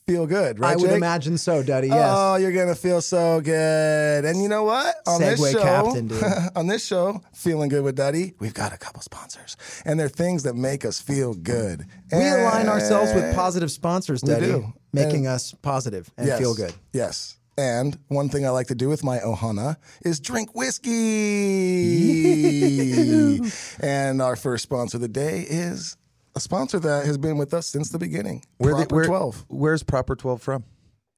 A: feel good, right?
C: I would
A: Jake?
C: imagine so, Duddy. Yes.
B: uh,
A: Oh, you're gonna feel so good. And you know what? On this
C: Segway
A: show,
C: captain, dude.
A: on this show, feeling good with Duddy, we've got a couple sponsors, and they're things that make us feel good.
C: we align ourselves with positive sponsors, Duddy,
A: do.
C: making us positive and
A: Yes.
C: feel good.
A: Yes. And one thing I like to do with my ohana is drink whiskey. and our first sponsor of the day is a sponsor that has been with us since the beginning. Proper
B: where,
A: 12.
B: Where's proper twelve from?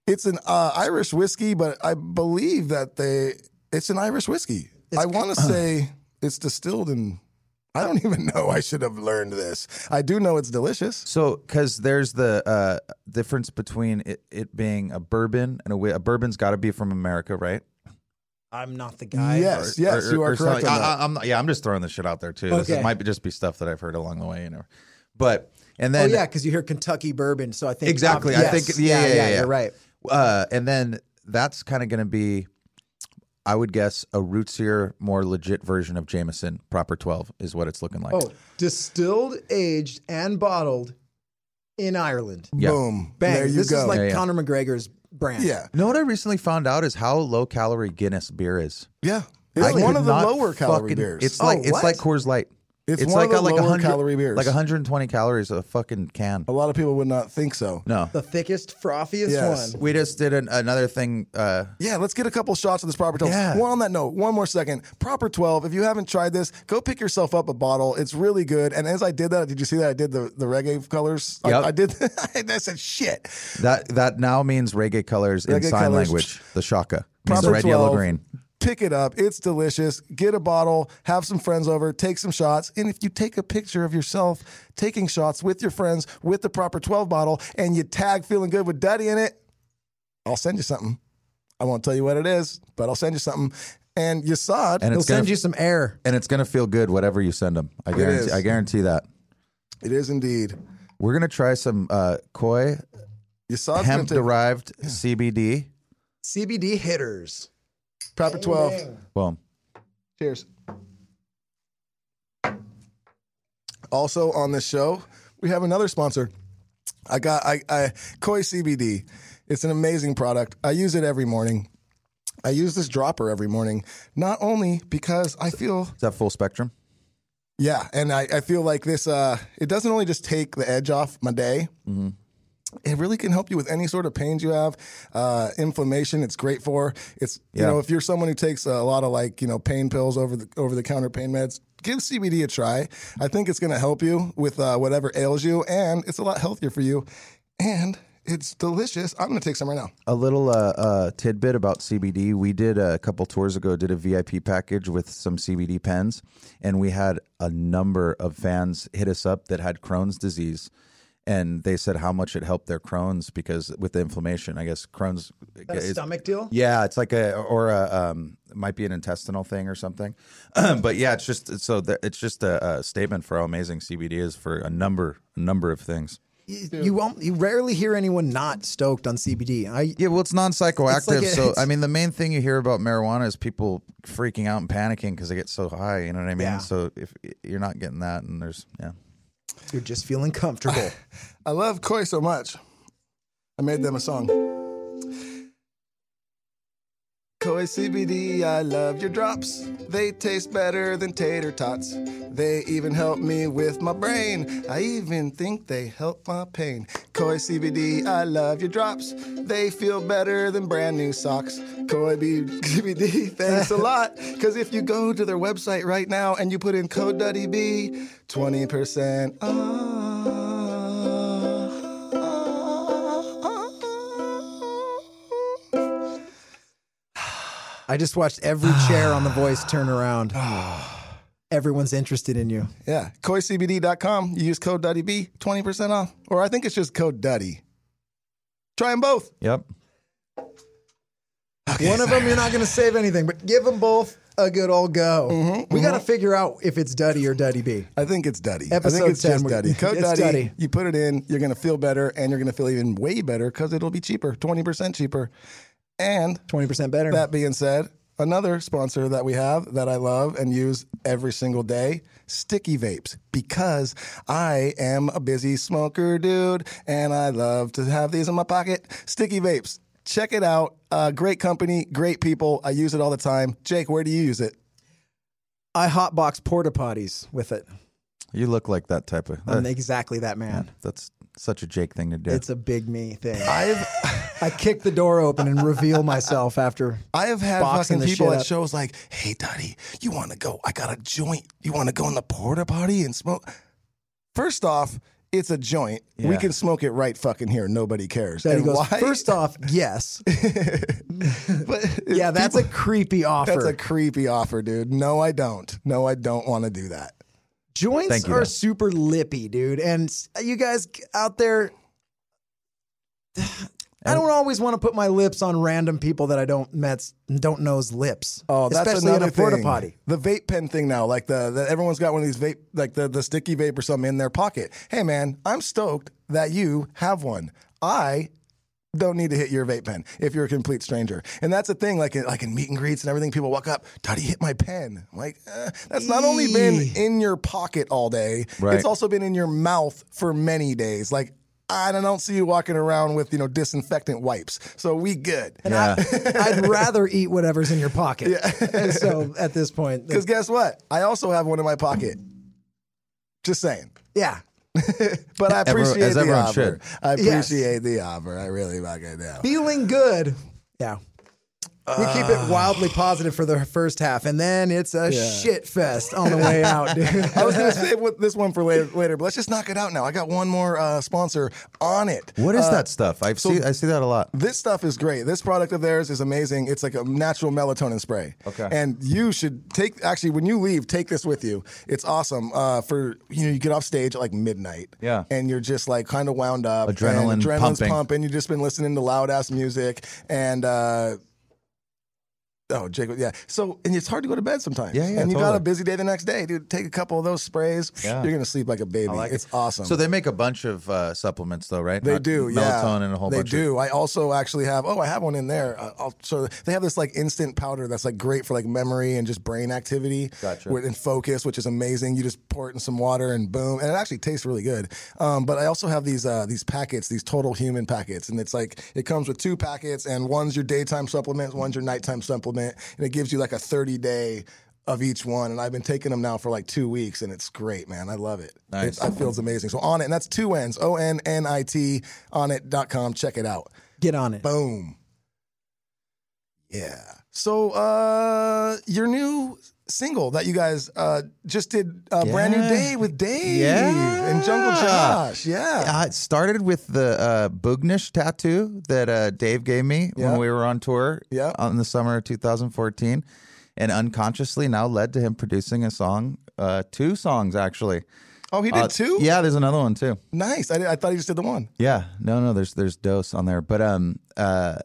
A: It's an uh, Irish whiskey, but I believe that they it's an Irish whiskey. I want
B: uh.
A: to say it's distilled in I don't even know. I should have learned this. I do know it's delicious.
B: So, because there's the uh, difference between it, it being a bourbon and a, whi- a bourbon's got to be from America, right?
C: I'm not the guy.
A: yes, yes, you are correct.
B: something.
A: on that.
B: I, am yeah, I'm just throwing this shit out there too. This is-
C: Okay.
B: might be- just be stuff that I've heard along the way, you know. But and
C: Oh
B: then
C: yeah, because you hear Kentucky bourbon, so I think
B: Exactly.
C: Yes.
B: I think yeah, yeah, yeah, yeah.
C: You're right.
B: Uh, and then that's kind of going to be, I would guess, a rootsier, more legit version of Jameson Proper Twelve is what it's looking like.
C: Oh, distilled, aged, and bottled in Ireland.
B: yeah.
A: Boom.
C: Bang!
A: There you
C: this
A: go.
C: is like
B: Yeah, yeah.
C: Conor McGregor's brand.
A: yeah.
B: You know what I recently found out is how low calorie Guinness beer is.
A: Yeah. It's
B: I
A: one
B: could
A: of the
B: not
A: lower calorie
B: fucking-
A: beers.
B: It's
C: Oh,
B: like it's
C: what?
B: like Coors Light.
A: It's one of the lower calorie beers. Oh.
B: Like 120 calories a fucking can.
A: a lot of people would not think so.
B: No.
C: The thickest, frothiest
A: Yes.
C: one.
B: We just did an, another thing uh
A: Yeah, let's get a couple shots of this proper 12.
B: Yeah.
A: One on that note, one more second. Proper 12, if you haven't tried this, go pick yourself up a bottle. It's really good. And as I did that, did you see that I did the, the reggae colors?
B: Yep.
A: I, I did. and I said, shit.
B: that that now means reggae colors in
A: Reggae
B: sign
A: colours.
B: language, the shaka. Means
A: Proper
B: red, yellow,
A: 12.
B: green.
A: Pick it up. It's delicious. Get a bottle, have some friends over, take some shots. And if you take a picture of yourself taking shots with your friends with the proper 12 bottle and you tag feeling good with Duddy in it, I'll send you something. I won't tell you what it is, but I'll send you something. And you saw it.
B: And
C: He'll
B: it's gonna
C: send you some air.
B: and it's gonna feel good whatever you send them. I guarantee
A: is.
B: I guarantee that.
A: it is indeed.
B: We're gonna try some uh koi
A: You saw it's gonna
B: hemp
A: take-
B: derived CBD.
C: CBD hitters.
A: Proper 12.
B: Boom.
A: Cheers. Also on this show, we have another sponsor. I got I, I Koi CBD. It's an amazing product. I use it every morning. I use this dropper every morning, not only because I feel
B: Is that full spectrum?
A: Yeah, and I, I feel like this. Uh, it doesn't only just take the edge off my day. It really can help you with any sort of pains you have, uh, inflammation. It's great for. It's you
B: Yeah.
A: know if you're someone who takes a lot of like you know pain pills over the over the counter pain meds, give CBD a try. I think it's going to help you with uh, whatever ails you, and it's a lot healthier for you, and it's delicious. I'm going to take some right now.
B: a little uh, uh, tidbit about CBD. We did uh, a couple tours ago, did a VIP package with some CBD pens, and we had a number of fans hit us up that had Crohn's disease. And they said how much it helped their Crohn's because with the inflammation, I guess Crohn's
C: That a
B: is-
C: stomach deal?
B: yeah, it's like a or a um, it might be an intestinal thing or something, but yeah, it's just so that it's just a, a statement for how amazing CBD is for a number a number of things.
C: You, you won't. You rarely hear anyone not stoked on CBD. I
B: Yeah, well, it's non
C: It's like
B: psychoactive.
C: a-
B: so, I mean, the main thing you hear about marijuana is people freaking out and panicking because they get so high. You know what I mean?
C: Yeah.
B: So, if you're not getting that, and there's, yeah.
C: you're just feeling comfortable.
A: I love Koi so much. I made them a song. Koi CBD, I love your drops. They taste better than tater tots. They even help me with my brain. I even think they help my pain. Koi CBD, I love your drops. They feel better than brand new socks. Koi B- CBD, thanks a lot. Because if you go to their website right now and you put in code Duddy B, 20% off.
C: I just watched every chair on The Voice turn around. Everyone's interested in you.
A: Yeah, koicbd.com. You use code DuddyB, 20% off. Or I think it's just code Duddy. Try them both.
B: Yep.
C: One of them, you're not going to save anything, but give them both a good old go. we got to figure out if it's Duddy or Duddy B.
A: I think it's Duddy. I
C: Episode
A: think it's
C: 10,
A: just
C: we're-
A: Duddy. Code
C: it's
A: Duddy,
C: Duddy.
A: You put it in, you're going to feel better, and you're going to feel even way better because it'll be cheaper, 20% cheaper. And
C: 20% better.
A: that being said, another sponsor that we have that I love and use every single day, Sticky Vapes, because I am a busy smoker, dude, and I love to have these in my pocket. Sticky Vapes, check it out. Uh, great company, great people. I use it all the time. Jake, where do you use it?
C: I hotbox porta potties with it.
B: You look like that type of.
C: I'm
B: that-
C: exactly that man.
B: that's such a Jake thing to do.
C: It's a big me thing.
A: I've
C: I kick the door open and reveal myself after.
A: I have had
C: Boxing
A: fucking
C: the
A: people
C: shit
A: at
C: up.
A: shows like, "Hey, Daddy, you want to go? I got a joint. You want to go in the porta potty and smoke?" First off, it's a joint. We
B: Yeah.
A: can smoke it right fucking here. Nobody cares.
C: Daddy
A: and
C: goes,
A: why?
C: first off, yes.
A: But
C: Yeah, that's a
A: people-
C: creepy offer.
A: that's a creepy offer, dude. No, I don't. No, I don't want to do that.
C: Joints
B: Thank you,
C: are
B: though.
C: super lippy, dude. And s- you guys g- out there, I don't always want to put my lips on random people that I don't met, don't know's lips.
A: Oh, that's
C: especially in
A: another
C: a porta
A: thing.
C: potty.
A: The vape pen thing now, like the, the everyone's got one of these vape, like the the sticky vape or something in their pocket. Hey, man, I'm stoked that you have one. I don't need to hit your vape pen if you're a complete stranger. And that's the thing, like in, like in meet and greets and everything, people walk up, Daddy hit my pen. I'm like, eh, that's not only been in your pocket all day,
B: Right.
A: it's also been in your mouth for many days. Like, I don't- I don't see you walking around with, you know, disinfectant wipes. So we good.
B: yeah.
C: I'd rather eat whatever's in your pocket. so at this point,
A: Because guess what? I also have one in my pocket. Just saying.
C: yeah.
A: But I
B: Everyone-
A: appreciate
B: as
A: the
B: everyone
A: offer.
B: should.
A: I
C: Yes.
A: appreciate the offer. I really fucking do.
C: Feeling good. Yeah. We keep it wildly positive for the first half, and then it's a shit fest on the way out, dude.
A: I was going to save with this one for later, later, but let's just knock it out now. I got one more uh, sponsor on it.
B: what is that stuff? I see. I see that a lot.
A: This stuff is great. This product of theirs is amazing. It's like a natural melatonin spray.
B: Okay.
A: And you should take actually when you leave, take this with you. It's awesome. Uh, for you know, you get off stage at like midnight.
B: Yeah.
A: And you're just like kind of wound up. and
B: Adrenaline
A: adrenaline's
B: pumping.
A: pumping. You've just been listening to loud ass music and. Uh, Oh, Jacob, yeah. So, and it's hard to go to bed sometimes.
B: Yeah, yeah,
A: And you got
B: totally.
A: a busy day the next day, dude. Take a couple of those sprays.
B: Yeah.
A: You're gonna sleep like a baby.
B: like
A: it's awesome.
B: So they make a bunch of uh, supplements, though, right?
A: They
B: Not-
A: do, yeah.
B: Melatonin and a whole
A: they
B: bunch. Of,
A: do. I also actually have. Oh, I have one in there. Uh, I'll, so they have this like instant powder that's like great for like memory and just brain activity.
B: Gotcha.
A: With- And focus, which is amazing. You just pour it in some water and boom, and it actually tastes really good. Um, but I also have these uh, these packets, these total human packets, and it's like it comes with two packets, and one's your daytime supplement, one's your nighttime supplement, and it gives you like a thirty day. Of each one, and I've been taking them now for like two weeks, and it's great, man. I love it.
B: Nice.
A: It's- I feel it's uh, amazing. So on it, and that's two N's, O N N I T, on it.com. Check it out.
C: Get on it.
A: Boom. Yeah. So uh your new single that you guys uh just did uh, brand new
B: Yeah.
A: day with Dave
B: Yeah.
A: and Jungle Josh. Yeah.
B: Uh, it started with the uh, Boognish tattoo that uh, Dave gave me
A: Yeah.
B: when we were on tour
A: Yeah.
B: in the summer of 2014, and unconsciously now led to him producing a song, uh, two songs actually.
A: Oh, he did
B: Uh,
A: two?
B: Yeah, there's another one too.
A: Nice. I, did- I thought he just did the one.
B: Yeah, no, no, there's there's dose on there, but um, uh,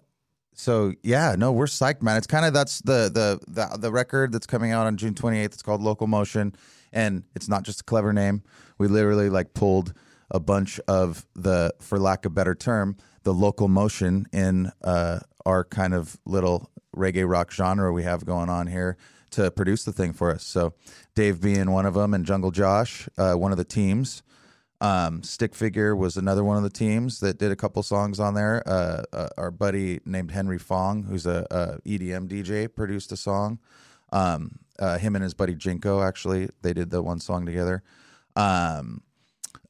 B: so yeah, no, we're psyched, man. It's kind of that's the the the the record that's coming out on June 28th. It's called Local Motion, and it's not just a clever name. We literally like pulled a bunch of the, for lack of better term, the local motion in uh our kind of little reggae rock genre we have going on here to produce the thing for us. So Dave being one of them, and Jungle Josh, uh, one of the teams. Um, Stick Figure was another one of the teams that did a couple songs on there. Uh, uh, our buddy named Henry Fong, who's a, a E EDM DJ, produced a song. Um, uh, him and his buddy Jinko actually they did the one song together. Um,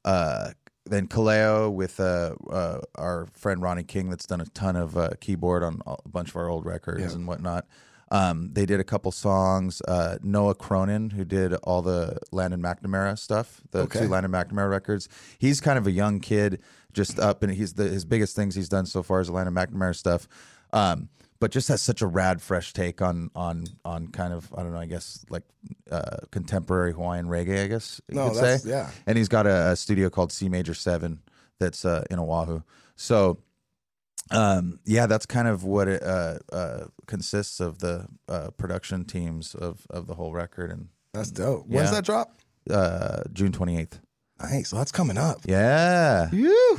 B: uh, then Kaleo with uh, uh, our friend Ronnie King, that's done a ton of uh, keyboard on a bunch of our old records and whatnot. Um, they did a couple songs. Uh, Noah Cronin, who did all the Landon McNamara stuff, the
A: Okay.
B: two Landon McNamara records. He's kind of a young kid, just up, and he's the his biggest things he's done so far is the Landon McNamara stuff. Um, but just has such a rad, fresh take on on on kind of I don't know, I guess like uh, contemporary Hawaiian reggae, I guess you
A: No,
B: could
A: that's-
B: say.
A: yeah.
B: And he's got a, a studio called C Major Seven that's uh, in Oahu. So, um, yeah, that's kind of what it uh, uh, consists of the uh, production teams of of the whole record. And
A: That's dope. When's
B: Yeah.
A: that drop?
B: uh, June twenty eighth.
A: Nice. Well, that's coming up.
B: Yeah,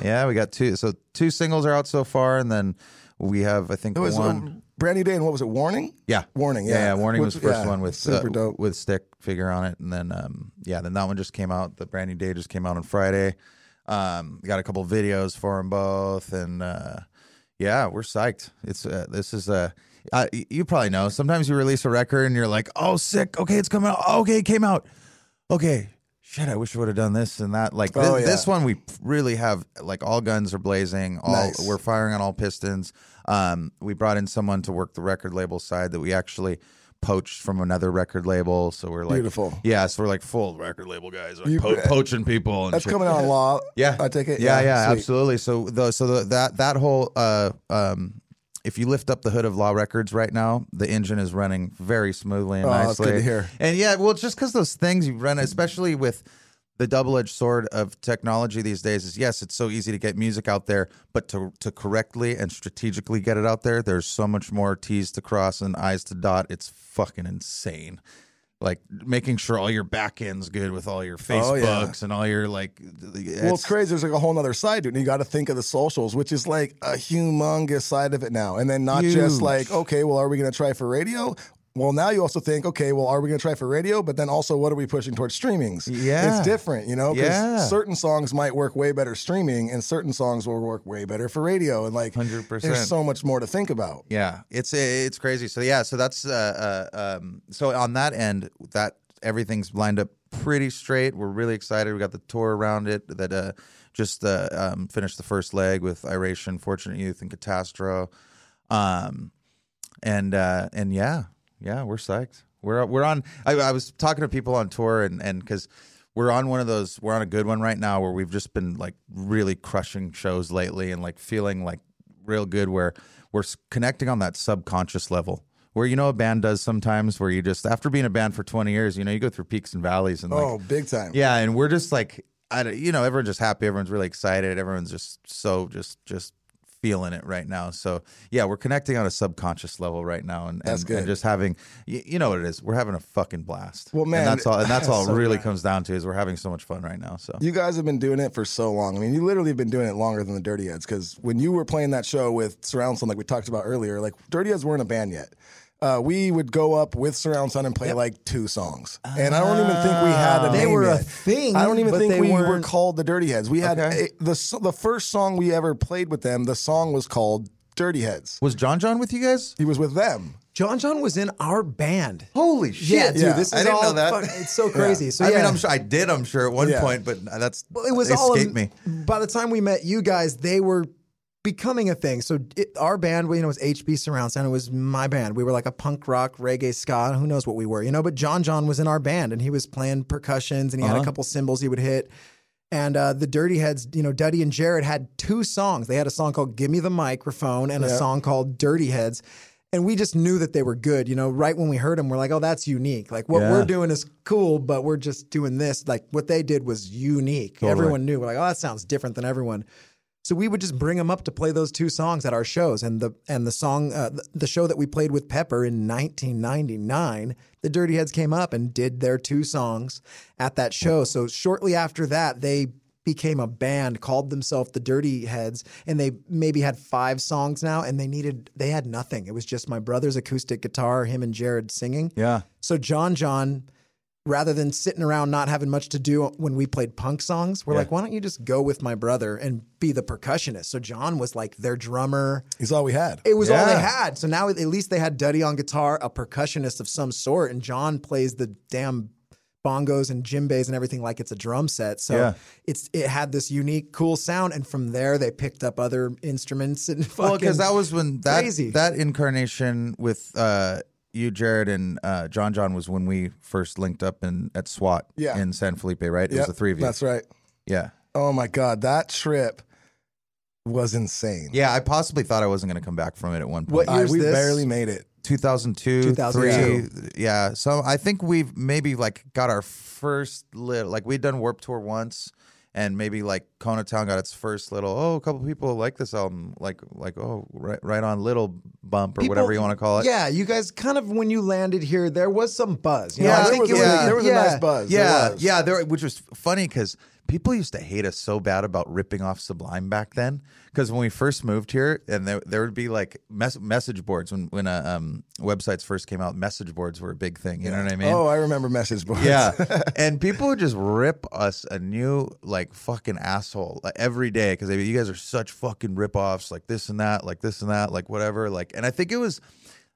B: yeah, we got two. So two singles are out so far, and then we have I think
A: It was
B: one.
A: um, brand new day, and what was it? Warning.
B: Yeah.
A: Warning,
B: Yeah,
A: yeah.
B: Warning was
A: Which-
B: first
A: yeah,
B: one with
A: super
B: uh,
A: dope.
B: with stick figure on it, and then um, yeah, then that one just came out. The brand new day just came out on Friday. Um, got a couple videos for them both, and uh, yeah, we're psyched. It's uh, this is a. Uh, y- you probably know. Sometimes you release a record and you're like, "Oh, sick! Okay, it's coming out. Okay, it came out. Okay, shit! I wish I would have done this and that. Like thi-
A: Oh, yeah.
B: this one, we really have like all guns are blazing. All
A: Nice.
B: we're firing on all pistons. Um, we brought in someone to work the record label side that we actually poached from another record label. So we're like,
A: Beautiful.
B: yeah. So we're like full record label guys, like
A: You
B: po-
A: bet.
B: poaching people. And
A: That's
B: shit.
A: coming out on law.
B: Yeah,
A: I take it.
B: Yeah, yeah,
A: sweet.
B: absolutely. So the so the, that that whole uh, um, if you lift up the hood of Law Records right now, the engine is running very smoothly and
A: Oh,
B: nicely.
A: that's good to hear.
B: And yeah, well, it's just because those things you run, especially with the double-edged sword of technology these days is yes it's so easy to get music out there but to, to correctly and strategically get it out there there's so much more t's to cross and i's to dot it's fucking insane like making sure all your back end's good with all your facebooks
A: Oh, yeah.
B: and all your like
A: Well, it's crazy. There's like a whole other side to it. And you got to think of the socials, which is like a humongous side of it now. And then not just
B: Huge.
A: like, okay, well, are we going to try for radio? Well, now you also think, okay, well, are we going to try for radio? But then also, what are we pushing towards streamings?
B: Yeah.
A: It's different, you know?
B: Yeah.
A: certain songs might work way better streaming and certain songs will work way better for radio. And like,
B: 100%.
A: there's so much more to think about.
B: Yeah, it's it's crazy. So yeah, so that's uh, uh um so on that end that everything's lined up pretty straight. We're really excited. We got the tour around it that uh just uh, um finished the first leg with Iration, Fortunate Youth, and Catastro. Um and uh and yeah, yeah, we're psyched. We're we're on I, I was talking to people on tour and and cuz we're on one of those we're on a good one right now where we've just been like really crushing shows lately and like feeling like real good where we're s- connecting on that subconscious level where you know a band does sometimes where you just after being a band for 20 years you know you go through peaks and valleys and like
A: oh, big time.
B: yeah and we're just like I don't, you know everyone's just happy everyone's really excited everyone's just so just just feeling it right now. So yeah, we're connecting on a subconscious level right now, and
A: That's
B: and,
A: good.
B: and just having you, you know what it is. We're having a fucking blast.
A: Well, man,
B: and that's all. And that's all
A: so
B: it really
A: glad.
B: comes down to is we're having so much fun right now. So
A: You guys have been doing it for so long. I mean, you literally have been doing it longer than the Dirty Heads because when you were playing that show with Surround Sound, like we talked about earlier, like Dirty Heads weren't a band yet. Uh, we would go up with Surround Sound and play like two songs, and I don't even think we had a
C: Oh. They
A: name
C: were a
A: yet.
C: thing,
A: I don't even
C: but
A: think
C: they
A: we were
C: weren't-
A: called the Dirty Heads. We had
B: Okay.
A: a, the s- the first song we ever played with them. The song was called Dirty Heads.
B: was John John with you guys?
A: He was with them.
C: John John was in our band.
B: Holy
C: Yeah,
B: shit!
C: dude, this is
B: I didn't
C: all
B: know that.
C: fuck- it's so crazy. So yeah,
B: I mean, I'm sure I did. I'm sure at one
A: Yeah.
B: point, but that's
C: Well, it was
B: they
C: all
B: escaped me.
C: By the time we met you guys, they were becoming a thing. So it, our band, you know, was HB Surround Sound. It was my band. We were like a punk rock reggae ska. Who knows what we were, you know? But John John was in our band, and he was playing percussions, and he had
B: Uh-huh.
C: a couple cymbals he would hit. And uh, the Dirty Heads, you know, Duddy and Jared had two songs. They had a song called "Give Me the Microphone" and a song called "Dirty Heads." And we just knew that they were good, you know. Right when we heard them, we're like, "Oh, that's unique. Like what we're doing is cool, but we're just doing this. Like what they did was unique. Everyone knew. We're like, oh, that sounds different than everyone." So we would just bring them up to play those two songs at our shows, and the and the song, uh, the- the show that we played with Pepper in 1999, the Dirty Heads came up and did their two songs at that show. So shortly after that, they became a band, called themselves the Dirty Heads, and they maybe had five songs now, and they needed they had nothing. It was just my brother's acoustic guitar, him and Jared singing.
B: Yeah.
C: So John John, rather than sitting around not having much to do when we played punk songs, we're like, why don't you just go with my brother and be the percussionist? So John was like their drummer.
A: He's all we had.
C: It was all they
B: Yeah.
C: had. So now at least they had Duddy on guitar, a percussionist of some sort, and John plays the damn bongos and djembes and everything like it's a drum set. So
B: Yeah.
C: it's it had this unique, cool sound. And from there they picked up other instruments and fucking
B: Well, because that was when that
C: crazy.
B: that incarnation with uh, you, Jared, and uh, John John was when we first linked up in at SWAT
A: Yeah.
B: in San Felipe, right? It was
A: Yep,
B: the three of you.
A: That's right.
B: Yeah,
A: Oh my god, that trip was insane.
B: yeah. I possibly thought I wasn't going to come back from it at one point.
C: What
A: I-
C: year's
A: we
C: this?
A: barely made it.
B: 2002,
C: 2002.
B: three, yeah. So I think we've maybe like got our first little like we'd done Warp Tour once, and maybe like Kona Town got its first little oh a couple people like this album like like oh right right on little bump or whatever you want to call it.
C: Yeah, you guys kind of when you landed here, there was some buzz. You
B: Yeah,
C: know,
B: I
C: I
A: there
C: think
A: was
C: it
A: a-
C: was,
B: yeah,
A: there was a
C: yeah.
A: nice buzz. There
B: Yeah,
A: was.
B: yeah, there, which was funny because people used to hate us so bad about ripping off Sublime back then. Because when we first moved here, and there, there would be like mes- message boards when when uh, um, websites first came out, message boards were a big thing. You know what I mean?
A: Oh, I remember message boards.
B: Yeah, and people would just rip us a new like fucking asshole like, every day because you guys are such fucking ripoffs, like this and that, like this and that, like whatever. Like, and I think it was,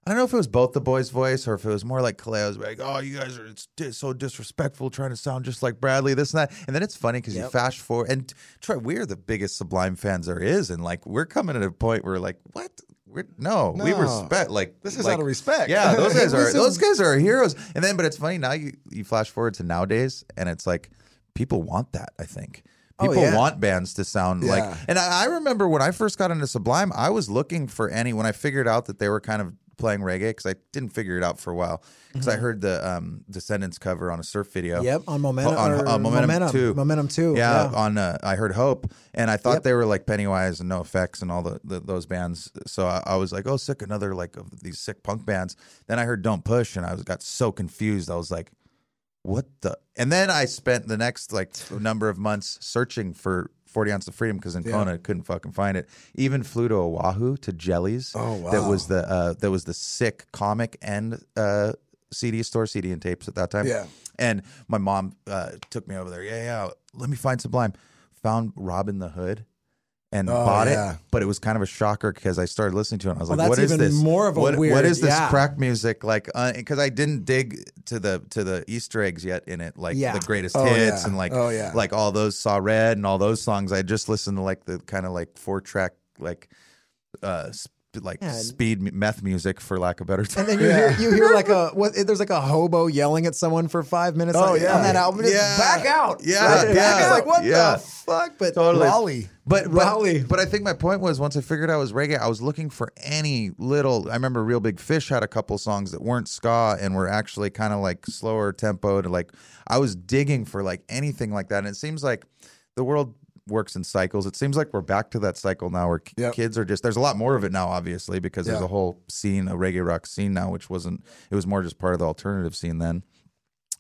B: I don't know if it was both the boys' voice or if it was more like Kaleo's, like, oh, you guys are it's di- so disrespectful, trying to sound just like Bradley, this and that. And then it's funny because you fast forward, and Troy, we're the biggest Sublime fans there is, and like we're coming at a point where like what. We're, no, we
A: No.
B: respect like
A: This is
B: like-
A: out of respect.
B: Yeah, those guys are
C: This is-
B: those guys are heroes. And then, but it's funny now you you flash forward to nowadays, and it's like people want that. I think people
C: Oh, yeah.
B: want bands to sound
A: Yeah.
B: like. And I, I remember when I first got into Sublime, I was looking for any when I figured out that they were kind of playing reggae because I didn't figure it out for a while because I heard the um, Descendants cover on a surf video.
C: Mm-hmm. Yep, on Momentum-
B: on,
C: or
B: on momentum,
C: Momentum-
B: two,
C: Momentum two,
B: Yeah,
C: yeah.
B: on uh, I heard Hope, and I thought they were like Pennywise and No Effects and all the, the those bands. So I, I was like, oh, sick, another like of these sick punk bands. Then I heard Don't Push, and I was got so confused. I was like, what the? And then I spent the next like number of months searching for. 40 ounce of freedom because in Kona I couldn't fucking find it. Even flew to Oahu to Jellies.
A: Oh, wow.
B: That was the uh, that was the sick comic and uh, CD store, CD and tapes at that time.
A: Yeah.
B: And my mom uh, took me over there. Yeah, yeah. Let me find Sublime. Found Robin the Hood and
A: Oh,
B: bought
A: yeah.
B: it. But it was kind of a shocker because I started listening to it. And I was
C: Well,
B: like,
C: that's
B: "What is
C: even
B: this?
C: more of a
B: what,
C: weird-
B: what is this
C: yeah.
B: crack music like?" Because I didn't dig to the to the Easter eggs yet in it, like
C: Yeah.
B: the greatest
A: Oh,
B: hits
A: yeah.
B: and like
A: Oh, yeah.
B: like all those Saw Red and all those songs. I just listened to like the kind of like four track like uh sp- like
C: Yeah.
B: speed mu- meth music for lack of better term.
C: And then you hear you hear like a what, there's like a hobo yelling at someone for five minutes.
A: Oh,
C: on,
A: yeah.
C: on that album, Just
B: Yeah.
C: back out.
B: Yeah,
C: Right?
B: yeah.
C: It's like what
B: Yeah.
C: the fuck? But
B: Totally.
C: Raleigh.
B: But,
C: Raleigh.
B: but but I think my point was once I figured out it was reggae, I was looking for any little. I remember Real Big Fish had a couple songs that weren't ska and were actually kind of like slower tempo to like. I was digging for like anything like that, and it seems like the world works in cycles. It seems like we're back to that cycle now where k-
A: Yep.
B: kids are just there's a lot more of it now, obviously, because there's
A: Yeah.
B: a whole scene, a reggae rock scene now, which wasn't it was more just part of the alternative scene then.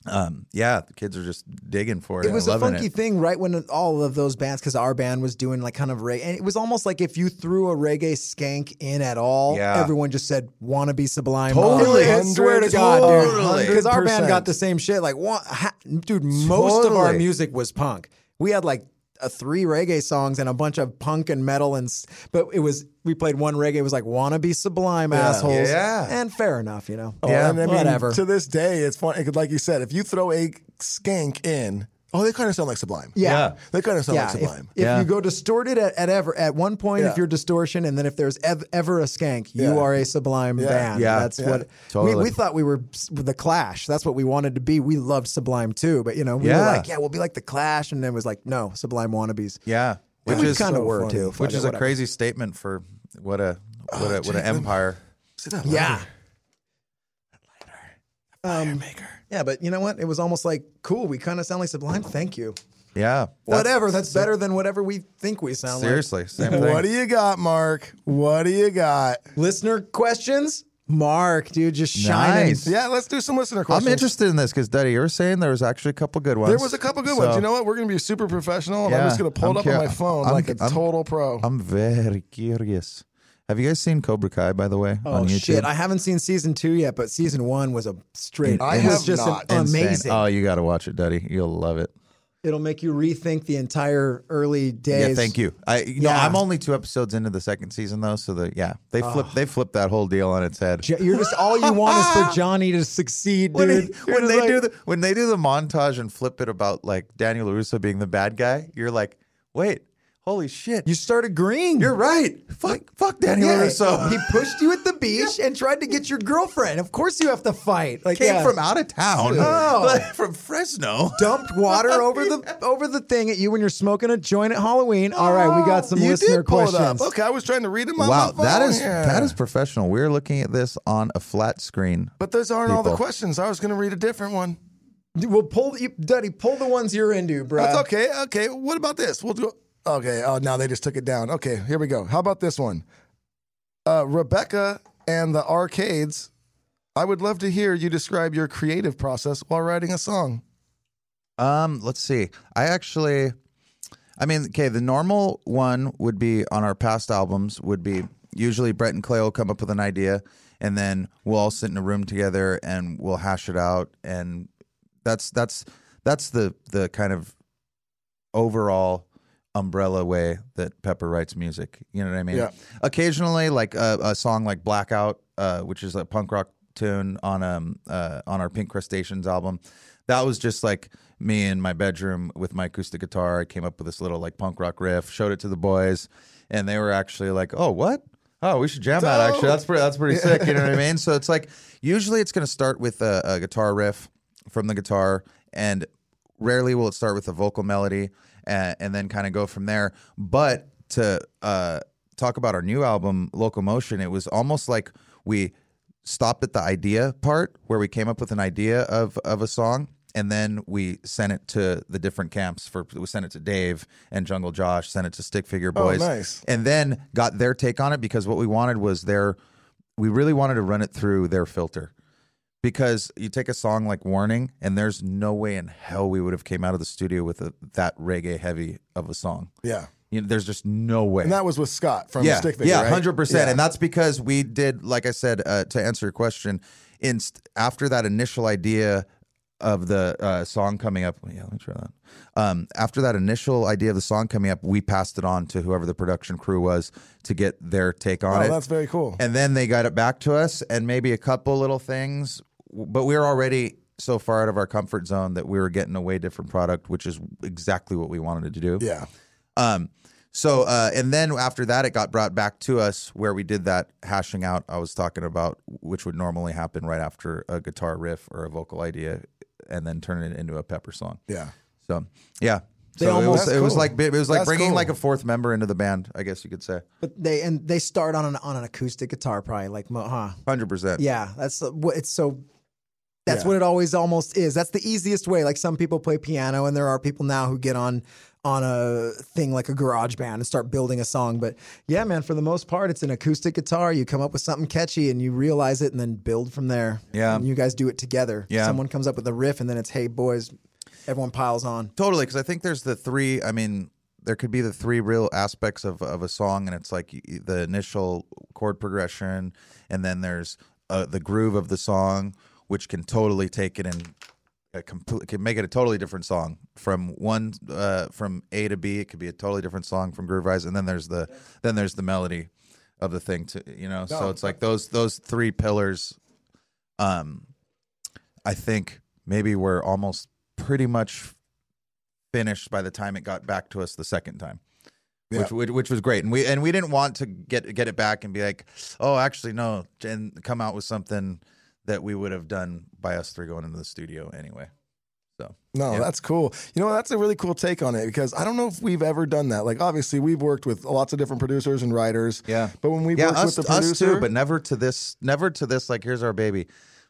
B: Um, yeah, the kids are just digging for it.
C: It
B: and
C: was a
B: loving
C: funky
B: it.
C: thing, right? When all of those bands, because our band was doing like kind of reggae, and it was almost like if you threw a reggae skank in at all,
B: Yeah.
C: everyone just said, "Wanna be Sublime?"
A: Totally.
C: I swear to God,
B: Totally.
C: dude, because our band
A: 100%.
C: got the same shit. Like, wa- ha- dude, most of our
B: Totally.
C: music was punk. We had like uh, three reggae songs and a bunch of punk and metal, and s- but it was we played one reggae. It was like "Wanna Be Sublime," assholes.
B: Yeah.
C: and fair enough, you know.
A: Yeah,
C: yeah,
A: Oh, and I mean,
C: whatever.
A: to this day, it's funny. Like you said, if you throw a skank in, oh, they kind of sound like Sublime.
C: Yeah.
A: they kind of sound like
C: if-
A: Sublime.
C: If, you go distorted at, at ever at one point,
A: Yeah.
C: if you're distortion, and then if there's ev- ever a skank,
A: Yeah.
C: you are a sublime
A: Yeah.
C: band.
B: Yeah.
C: that's
B: Yeah.
C: what
B: Totally.
C: we, we thought we were s- the Clash. That's what we wanted to be. We loved Sublime too, but you know, we
B: Yeah.
C: were like, yeah, we'll be like the Clash, and then it was like, no, Sublime wannabes.
B: Yeah.
C: which we kind of
A: so
C: were
A: funny.
C: too.
B: which
C: but
B: is a
C: whatever.
B: crazy statement for what a
A: Oh,
B: what a what an
A: Jacob.
B: empire.
A: Sit down,
C: Yeah.
A: Larry.
C: Um, yeah, but you know what? It was almost like cool. We kind of sound like Sublime. Thank you.
B: Yeah.
C: whatever. That's better than whatever we think we sound
B: Seriously, same thing.
A: What do you got, Mark? What do you got?
C: like. Listener questions, Mark, dude, just shining.
B: Nice.
A: Yeah, let's do some listener questions.
B: I'm interested in this because Duddy, you were saying there was actually a couple good ones.
A: There was a couple good ones.
B: So,
A: You know what? We're going to be super professional, and I'm
B: Yeah,
A: just going to pull
B: I'm
A: it up
B: cur-
A: on my phone
B: I'm-
A: like a
B: I'm-
A: total pro.
B: I'm very curious. Have you guys seen Cobra Kai by the way
C: Oh
B: on YouTube?
C: shit! I haven't seen season two yet, but season one was a straight.
A: I
C: it was
A: have
C: just
A: not.
C: an
B: Insane.
C: amazing.
B: Oh, you got to watch it, Duddy. You'll love it.
C: It'll make you rethink the entire early days.
B: Yeah, thank you. I you know
C: Yeah.
B: I'm only two episodes into the second season though, so the yeah they flip they flip that whole deal on its head.
C: Jo- You're just all you want is for Johnny to succeed, dude.
B: when, he-
C: You're
B: when
C: just
B: they
C: like-
B: do the when they do the montage and flip it about like Daniel Larusso being the bad guy, you're like, wait, holy shit,
C: you start agreeing.
B: are right. Fuck, fuck Daniel Larusso.
C: he pushed you at the beach and tried to get your girlfriend. Of course, you have to fight. Like
B: came
C: yeah.
B: from out of town,
C: Oh.
B: from Fresno.
C: dumped water over the over the thing at you when you're smoking a joint at Halloween. All right, we
B: Oh,
C: got some
A: you
C: listener
A: did pull it up.
C: questions.
A: Okay, I was trying to read them on
B: Wow,
A: my phone
B: that is
A: here.
B: that is professional. We're looking at this on a flat screen.
A: But those aren't all the
B: people.
A: questions. I was going to read a different one.
C: Dude, Well, pull you, Duddy, pull the ones you're into, bro.
A: That's okay. Okay. What about this? We'll do. Okay. Oh, now they just took it down. Okay. Here we go. How about this one? Uh, Rebecca and the Arcades. I would love to hear you describe your creative process while writing a song.
B: Um, let's see. I actually, I mean, okay, the normal one would be on our past albums would be usually Brett and Clay will come up with an idea, and then we'll all sit in a room together and we'll hash it out, and that's that's that's the the kind of overall umbrella way that Pepper writes music. You know what I mean?
A: Yeah.
B: Occasionally, like a, a song like Blackout, uh, which is a punk rock tune on um uh, on our Pink Crustaceans album, that was just like me in my bedroom with my acoustic guitar. I came up with this little like punk rock riff, showed it to the boys, and they were actually like, "Oh, what? Oh, we should jam that. Actually, that's pretty. That's pretty sick. You know what I mean? So it's like usually it's going to start with a, a guitar riff from the guitar and rarely will it start with a vocal melody and, and then kind of go from there. But to uh, talk about our new album, Locomotion, it was almost like we stopped at the idea part where we came up with an idea of, of a song. And then we sent it to the different camps for we sent it to Dave and Jungle Josh, sent it to Stick Figure Boys.
A: nice.
B: And then got their take on it because what we wanted was their we really wanted to run it through their filter because you take a song like warning and there's no way in hell we would have came out of the studio with a, that reggae heavy of a song
A: Yeah.
B: you know, there's just no way
A: And that was with Scott from
B: yeah,
A: Stick Figure.
B: yeah,
A: right?
B: hundred percent.
A: Yeah.
B: And that's because we did, like I said, uh, to answer your question, in after that initial idea of the uh, song coming up. Yeah, let me try that. Um, after that initial idea of the song coming up, we passed it on to whoever the production crew was to get their take on
A: Oh,
B: it.
A: that's very cool.
B: And then they got it back to us, and maybe a couple little things, but we were already so far out of our comfort zone that we were getting a way different product, which is exactly what we wanted to do.
A: yeah.
B: Um, so uh, and then after that, it got brought back to us where we did that hashing out I was talking about, which would normally happen right after a guitar riff or a vocal idea, and then turn it into a Pepper song.
A: Yeah.
B: So yeah,
C: They
B: so it
C: almost-
B: was it was
A: cool.
B: like it was like
A: That's
B: bringing
A: cool.
B: like a fourth member into the band, I guess you could say,
C: But they and they start on an on an acoustic guitar, probably like, mo- huh?
B: hundred percent.
C: Yeah, that's the- what it's so. That's
A: Yeah.
C: what it always almost is. That's the easiest way. Like some people play piano, and there are people now who get on on a thing like a garage band and start building a song. But yeah, man, for the most part, it's an acoustic guitar. You come up with something catchy and you realize it and then build from there.
B: Yeah.
C: And you guys do it together.
B: Yeah.
C: Someone comes up with a riff and then it's, hey, boys, everyone piles on.
B: Totally, because I think there's the three. I mean, there could be the three real aspects of, of a song, and it's like y- y- the initial chord progression, and then there's uh, the groove of the song, which can totally take it and a complete, can make it a totally different song from one uh, from A to B. It could be a totally different song from groove rise, and then there's the then there's the melody of the thing to you know. So it's like those those three pillars. Um, I think maybe we're almost pretty much finished by the time it got back to us the second time. Which, which which was great, and we and we didn't want to get get it back and be like, oh, actually no, and come out with something that we would have done by us three going into the studio anyway. So
A: No,
B: Yeah.
A: that's cool. You know, that's a really cool take on it because I don't know if we've ever done that. Like, obviously, we've worked with lots of different producers and writers.
B: Yeah.
A: But when we've
B: yeah,
A: worked
B: us,
A: with the producer,
B: us too, but never to this, never to this. Like here's our baby,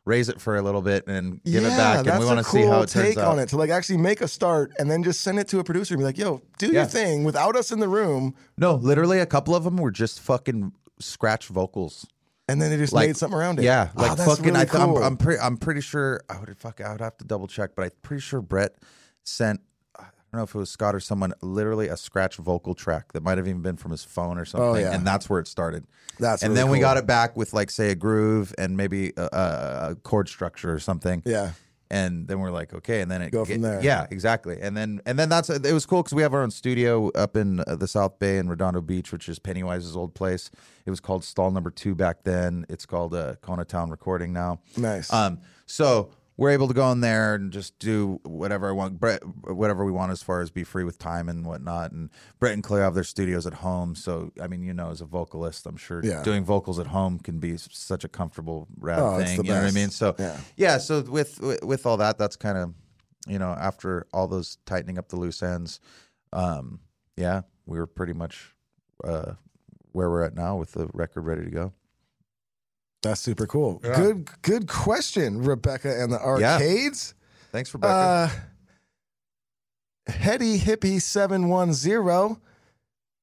B: raise it for a little bit and give
A: yeah,
B: it back, and
A: that's
B: we
A: a
B: want to
A: cool
B: see how it
A: take
B: turns out.
A: on it to like actually make a start and then just send it to a producer and be like, "Yo, do your
B: Yeah.
A: thing without us in the room,"
B: No, literally a couple of them were just fucking scratch vocals.
A: and then they just made something around it.
B: Yeah,
A: Wow,
B: like
A: that's
B: fucking.
A: really
B: I th-
A: cool.
B: I'm, I'm pretty. I'm pretty sure. I would fuck. I would have to double check, but I'm pretty sure Brett sent. I don't know if it was Scott or someone. Literally a scratch vocal track that might have even been from his phone or something,
A: Oh, yeah.
B: and that's where it started.
A: That's
B: and
A: really
B: then we
A: cool.
B: got it back with like say a groove and maybe a, a, a chord structure or something.
A: Yeah.
B: And then we're like, okay, and then it
A: Go from there.
B: Yeah, exactly. And then and then that's it was cool because we have our own studio up in uh, the South Bay in Redondo Beach, which is Pennywise's old place. It was called Stall Number Two back then. It's called uh, Kona Town Recording now.
A: Nice.
B: Um, so we're able to go in there and just do whatever I want, Brett, whatever we want as far as be free with time and whatnot. And Brett and Clay have their studios at home, so I mean, you know, as a vocalist, I'm sure
A: Yeah.
B: doing vocals at home can be s- such a comfortable rap
A: Oh, it's
B: thing.
A: the
B: you know what I
A: best.
B: mean? So
A: Yeah.
B: yeah, so with with- with all that, that's kind of you know after all those tightening up the loose ends, um, yeah, we were pretty much uh, where we're at now with the record ready to go.
A: That's super cool. Good, good question, Rebecca and the
B: Yeah.
A: Arcades.
B: Thanks, Rebecca.
A: Uh, Hetty Hippie seven one zero.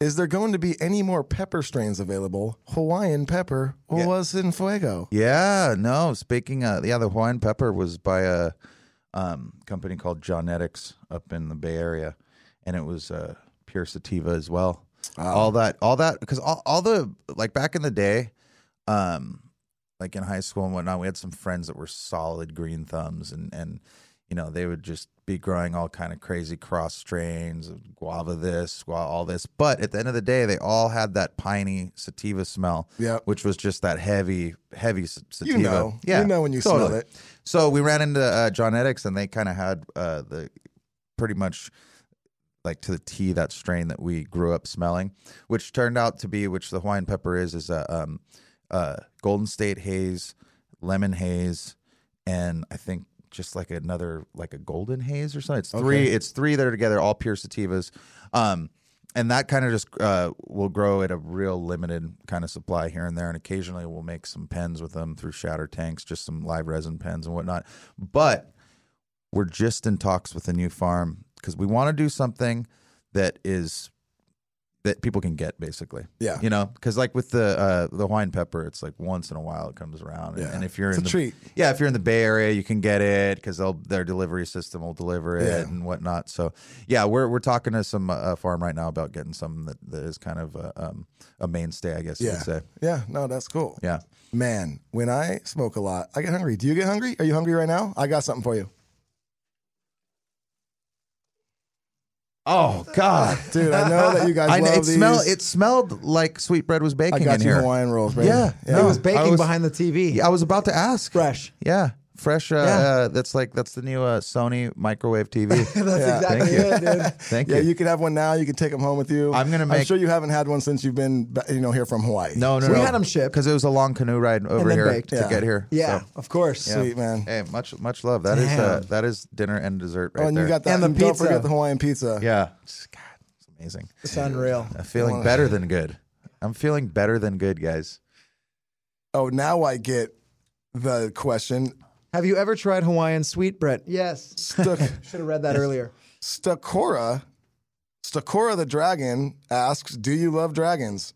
A: Is there going to be any more pepper strains available? Hawaiian pepper or
B: Yeah.
A: was in fuego?
B: Yeah, no. Speaking of, yeah, the Hawaiian pepper was by a um, company called Johnetics up in the Bay Area, and it was uh, pure sativa as well. All that, all that, because all, all the like back in the day, um, like in high school and whatnot, we had some friends that were solid green thumbs, and and you know they would just be growing all kind of crazy cross strains of guava this, guava all this, but at the end of the day, they all had that piney sativa smell,
A: Yep.
B: which was just that heavy, heavy s- sativa.
A: You know.
B: yeah,
A: You know when you smell it.
B: So we ran into uh, John Edix, and they kind of had uh, the pretty much like to the T that strain that we grew up smelling, which turned out to be which the Hawaiian pepper is is a um, uh, Golden State haze, lemon haze, and I think just like another like a golden haze or something. It's three. It's three that are together, all pure sativas. Um, and that kind of just uh, will grow at a real limited kind of supply here and there, and occasionally we'll make some pens with them through shatter tanks, just some live resin pens and whatnot. But we're just in talks with a new farm because we want to do something that is that people can get basically.
A: Yeah.
B: you know, because like with the uh, the Hawaiian pepper, it's like once in a while it comes around, and,
A: Yeah.
B: and if you're
A: It's
B: in
A: a
B: the
A: treat.
B: yeah, if you're in the Bay Area, you can get it because their delivery system will deliver it
A: Yeah.
B: and whatnot. So yeah, we're we're talking to some uh, farm right now about getting something that, that is kind of a, um, a mainstay, I guess you
A: Yeah.
B: could say.
A: Yeah. No, that's cool.
B: Yeah.
A: Man, when I smoke a lot, I get hungry. Do you get hungry? Are you hungry right now? I got something for you.
B: Oh God,
A: Dude, I know that you guys
B: I,
A: love
B: it
A: these.
B: smelled it smelled like sweet bread was baking
A: I got
B: in
A: you
B: here.
A: Hawaiian rolls, man.
B: Yeah.
A: yeah.
B: No.
C: It was
B: Oh, I
C: baking
B: was-
C: behind the TV.
B: Yeah, I was about to ask.
C: Fresh.
B: Yeah, fresh. Uh,
C: Yeah.
B: Uh, that's like that's the new uh, Sony microwave TV.
C: That's
A: Yeah.
C: exactly it,
B: Thank you.
C: dude.
B: Thank
A: yeah,
B: you.
A: you can have one now. You can take them home with you.
B: I'm gonna
A: I'm
B: make-
A: sure you haven't had one since you've been, ba- you know, here from Hawaii.
B: No, no,
C: We
B: no.
C: had 'em shipped.
B: because it was a long canoe ride over
C: then
B: here
C: baked.
B: to
A: Yeah.
B: get here.
C: Yeah,
B: So,
C: of course.
B: yeah.
A: Sweet, man.
B: Hey, much much love. That is uh,
C: Damn.
B: that is dinner and dessert right
A: Oh, and
B: there.
A: you got that.
C: And the
A: Don't
C: pizza.
A: forget the Hawaiian pizza.
B: yeah. It's- God, it's amazing.
C: It's unreal.
B: I'm feeling better than good. I'm feeling better than good, guys.
A: Oh, now I get the question.
C: Have you ever tried Hawaiian sweetbread? Yes.
A: Stuck,
C: Should have read that earlier.
A: Stakora, Stakora the Dragon asks, "Do you love dragons?"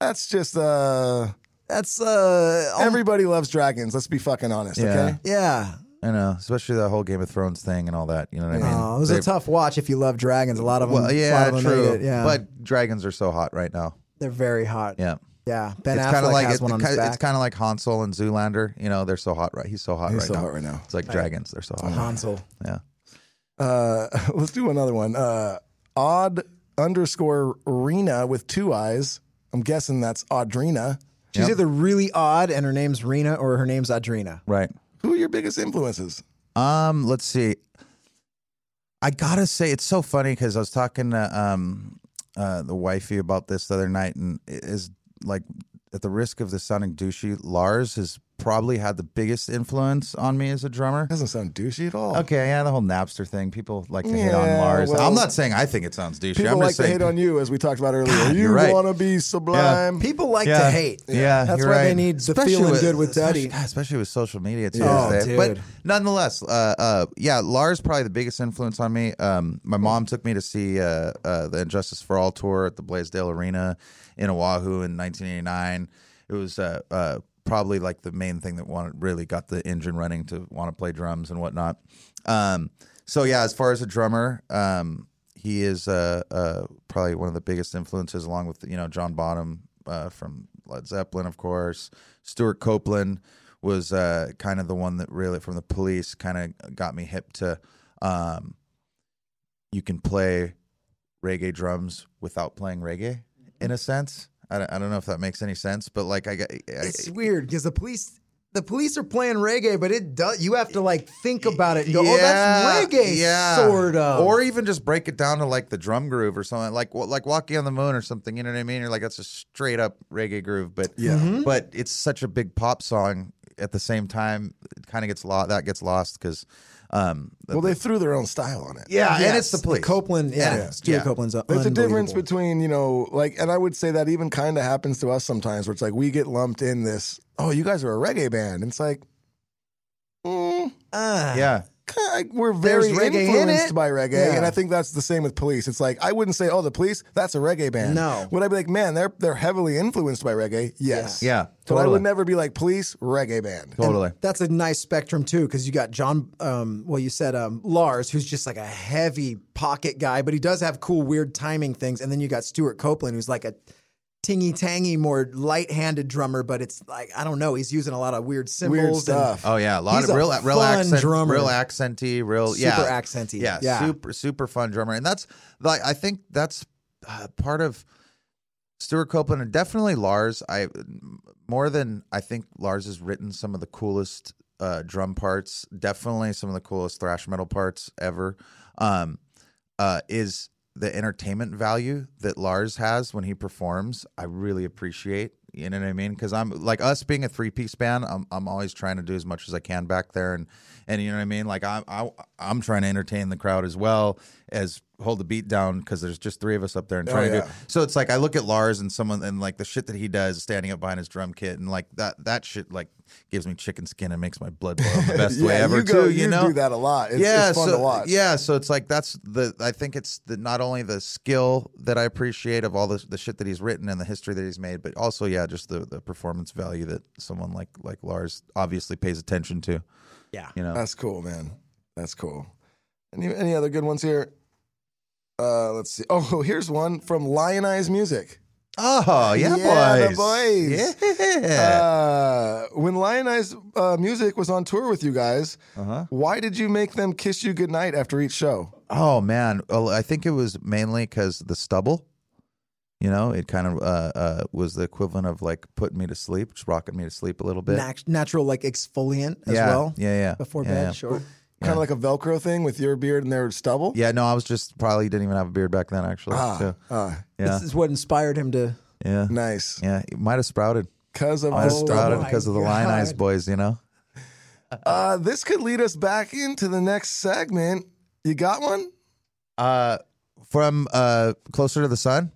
A: That's just uh,
C: That's uh, al-
A: everybody loves dragons. Let's be fucking honest,
B: Oh. Yeah.
A: okay?
C: yeah.
B: I know, especially the whole Game of Thrones thing and all that. You know what I mean?
C: Oh, it was
B: They-
C: a tough watch if you love dragons. A lot of them,
B: Well, yeah,
C: a lot of them
B: true.
C: hate it. Yeah,
B: But dragons are so hot right now.
C: they're very hot.
B: Yeah.
C: yeah. Ben
B: it's kind
C: Affleck
B: of like
C: has
B: it-
C: one on his
B: ki-
C: back.
B: it's kind of like Hansel and Zoolander. You know, they're so hot right. He's so hot
A: He's
B: right
A: so
B: now.
A: hot right now.
B: It's like dragons. They're so hot.
C: Hansel.
B: Yeah.
A: Uh, let's do another one. Uh, odd underscore Rena with two eyes. I'm guessing that's Audrina.
C: She's either really odd and her name's Rena or her name's Adrina.
B: Right.
A: Who are your biggest influences?
B: Um. Let's see. I gotta say, it's so funny because I was talking to um uh the wifey about this the other night, and it is like at the risk of the sounding douchey, Lars has probably had the biggest influence on me as a drummer.
A: Doesn't sound douchey at all.
B: Okay, yeah, the whole Napster thing. People like to hit on
A: Yeah,
B: Lars.
A: well-
B: I'm not saying I think it sounds douchey.
A: People
B: I'm
A: like
B: just
A: to
B: saying
A: hate on you, as we talked about earlier. you
B: you're right.
A: want to be sublime.
C: People like to hate.
B: Yeah,
C: that's
B: you're
C: why they
B: right.
C: need the
B: Especially
C: feeling good with
B: especially-
C: Duddy.
B: God, especially with social media too. these
C: Yeah. Oh,
B: days.
C: dude.
B: But nonetheless, uh, uh, yeah, Lars probably the biggest influence on me. Um, my mom took me to see uh, uh, the Injustice for All tour at the Blaisdell Arena in Oahu in 1989. It was uh, uh, probably like the main thing that wanted really got the engine running to want to play drums and whatnot. Um, so yeah, as far as a drummer, um, he is uh, uh, probably one of the biggest influences, along with you know John Bonham uh, from Led Zeppelin, of course. Stuart Copeland was uh, kind of the one that really from the Police kind of got me hip to. Um, you can play reggae drums without playing reggae, in a sense. I don't, I don't know if that makes any sense, but like I, got- I
C: It's weird because the police. The police are playing reggae, but it does. You have to like think about it and go, "Oh, that's
B: Yeah,
C: reggae, sort of."
B: Or even just break it down to like the drum groove or something, like wa- like Walking on the Moon or something. You know what I mean? You're like that's a straight up reggae groove, but yeah,
C: Mm-hmm.
B: but it's such a big pop song. At the same time, it kind of gets lost. That gets lost because, um, the-
A: Well, they threw their own style on it.
B: yeah, Uh, and
C: Yes,
B: it's the police.
C: Copeland, yeah,
B: Yeah.
C: Stuart
B: Yeah.
C: Copeland's
A: There's a difference
C: unbelievable.
A: between, you know, like, and I would say that even kind of happens to us sometimes where it's like we get lumped in this, oh, you guys are a reggae band. And it's like, mm,
C: Ah.
B: yeah,
A: kinda like, we're very
C: There's reggae in
A: influenced
C: it.
A: by reggae.
C: Yeah.
A: And I think that's the same with police. It's like, I wouldn't say, oh, the police, that's a reggae band.
C: No.
A: Would I be like, man, they're, they're heavily influenced by reggae? Yes.
B: yeah,
A: But
B: totally,
A: I would never be like, police, reggae band.
B: totally.
C: That's a nice spectrum too, because you got John. Um, well, you said um, Lars, who's just like a heavy pocket guy, but he does have cool, weird timing things. And then you got Stuart Copeland, who's like a tingy tangy, more light-handed drummer, but it's like I don't know. He's using a lot of weird symbols,
A: Weird
C: and-
A: stuff.
B: Oh yeah, a lot
C: He's
B: of
C: a
B: real, real
C: fun
B: accent,
C: drummer.
B: real accenty, real
C: Super
B: yeah,
C: accenty.
B: yeah,
C: Yeah.
B: super super fun drummer, and that's like I think that's uh, part of Stuart Copeland and definitely Lars. I more than I think Lars has written some of the coolest uh, drum parts, definitely some of the coolest thrash metal parts ever. Um, uh, is the entertainment value that Lars has when he performs. I really appreciate. You know what I mean? Because I'm like us being a three piece band. I'm I'm always trying to do as much as I can back there, and and you know what I mean. Like I'm I, I'm trying to entertain the crowd as well as hold the beat down because there's just three of us up there and trying
A: Oh, yeah.
B: to do. So it's like I look at Lars and someone and like the shit that he does standing up behind his drum kit and like that that shit like gives me chicken skin and makes my blood boil in the best way
A: Yeah,
B: ever
A: you go,
B: too. You, know
A: do that a lot. It's,
B: yeah,
A: it's fun
B: so,
A: to watch.
B: Yeah, so it's like that's the I think it's the not only the skill that I appreciate of all the the shit that he's written and the history that he's made, but also yeah, just the the performance value that someone like like Lars obviously pays attention to.
C: Yeah.
B: You know.
A: That's cool, man. That's cool. Any any other good ones here? Uh, let's see. Oh, here's one from Lionize Music.
B: oh, yeah,
A: Yeah, the
B: boys.
A: boys.
B: Yeah.
A: Uh, when Lionize uh, Music was on tour with you guys,
B: Uh-huh.
A: why did you make them kiss you goodnight after each show?
B: Oh man, well, I think it was mainly cuz the stubble you know, it kind of uh, uh, was the equivalent of like putting me to sleep, just rocking me to sleep a little bit.
C: Nat- natural like exfoliant as
B: yeah,
C: well.
B: yeah, yeah.
C: Before
B: yeah,
C: bed,
B: yeah.
C: sure.
A: Kind of like a Velcro thing with your beard and their stubble.
B: Yeah, no, I was just probably didn't even have a beard back then, actually.
A: Ah,
B: so,
A: ah,
B: yeah,
C: This is what inspired him to.
B: yeah,
A: nice.
B: yeah. It might have sprouted.
A: Because of
B: Might have
A: the
B: sprouted
A: stubble.
B: because of the
C: God.
B: Lion Eyes boys, you know.
A: Uh, this could lead us back into the next segment. You got one?
B: Uh, from uh, closer to the sun.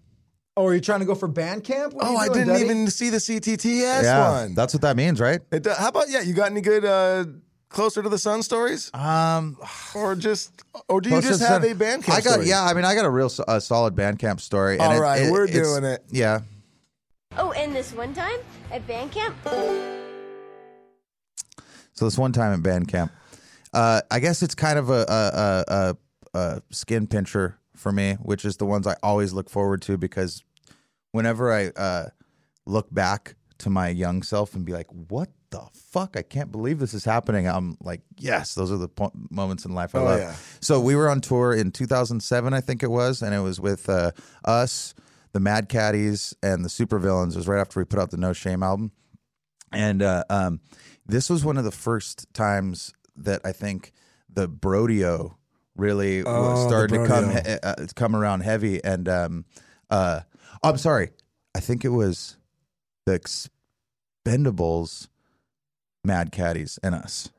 C: Oh, are you trying to go for band camp? What are
A: Oh,
C: you
A: I
C: doing,
A: didn't
C: Duddy?
A: even see the CTTS one.
B: that's what that means, right?
A: It do- how about yeah? You got any good uh, closer to the sun stories,
B: Um,
A: or just, or do you
B: Closer to
A: just
B: the
A: have
B: sun.
A: a band?
B: I got yeah. I mean, I got a real so- a solid Bandcamp story. and
A: All
B: it-
A: right, we're
B: it's-
A: doing it.
B: Yeah,
D: Oh, and this one time at band camp,
B: So this one time at band camp, uh, I guess it's kind of a, a, a, a, a skin pincher for me, which is the ones I always look forward to because whenever I uh, look back to my young self and be like, "What the fuck? I can't believe this is happening," I'm like, "Yes, those are the po- moments in life I
A: Oh,
B: love."
A: yeah.
B: So we were on tour in 2007, I think it was, and it was with uh, us, the Mad Caddies, and the Supervillains. It was right after we put out the No Shame album. And uh, um, this was one of the first times that I think the Brodeo really was
A: Oh, the
B: started to come
A: Brodeo.
B: he- uh, come around heavy. And um, uh, I'm sorry, I think it was the Expendables, Mad Caddies, and us.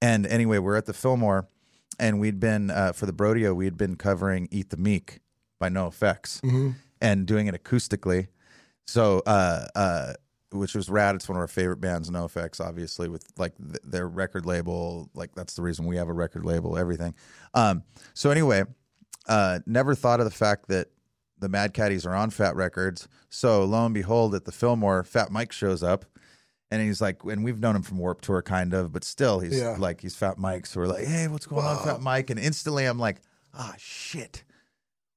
B: And anyway, we're at the Fillmore, and we'd been uh, for the Brodeo, we had been covering "Eat the Meek" by No Effects
A: Mm-hmm.
B: and doing it acoustically. So, uh, uh, which was rad. It's one of our favorite bands, No Effects, obviously, with like th- their record label. Like that's the reason we have a record label. Everything. Um, so anyway, uh, never thought of the fact that the Mad Caddies are on Fat Records. So lo and behold, at the Fillmore, Fat Mike shows up. And he's like, and we've known him from Warp Tour, kind of, but still, he's
A: Yeah.
B: like, he's Fat Mike. So we're like, hey, what's going on, Fat Mike? And instantly, I'm like, ah, shit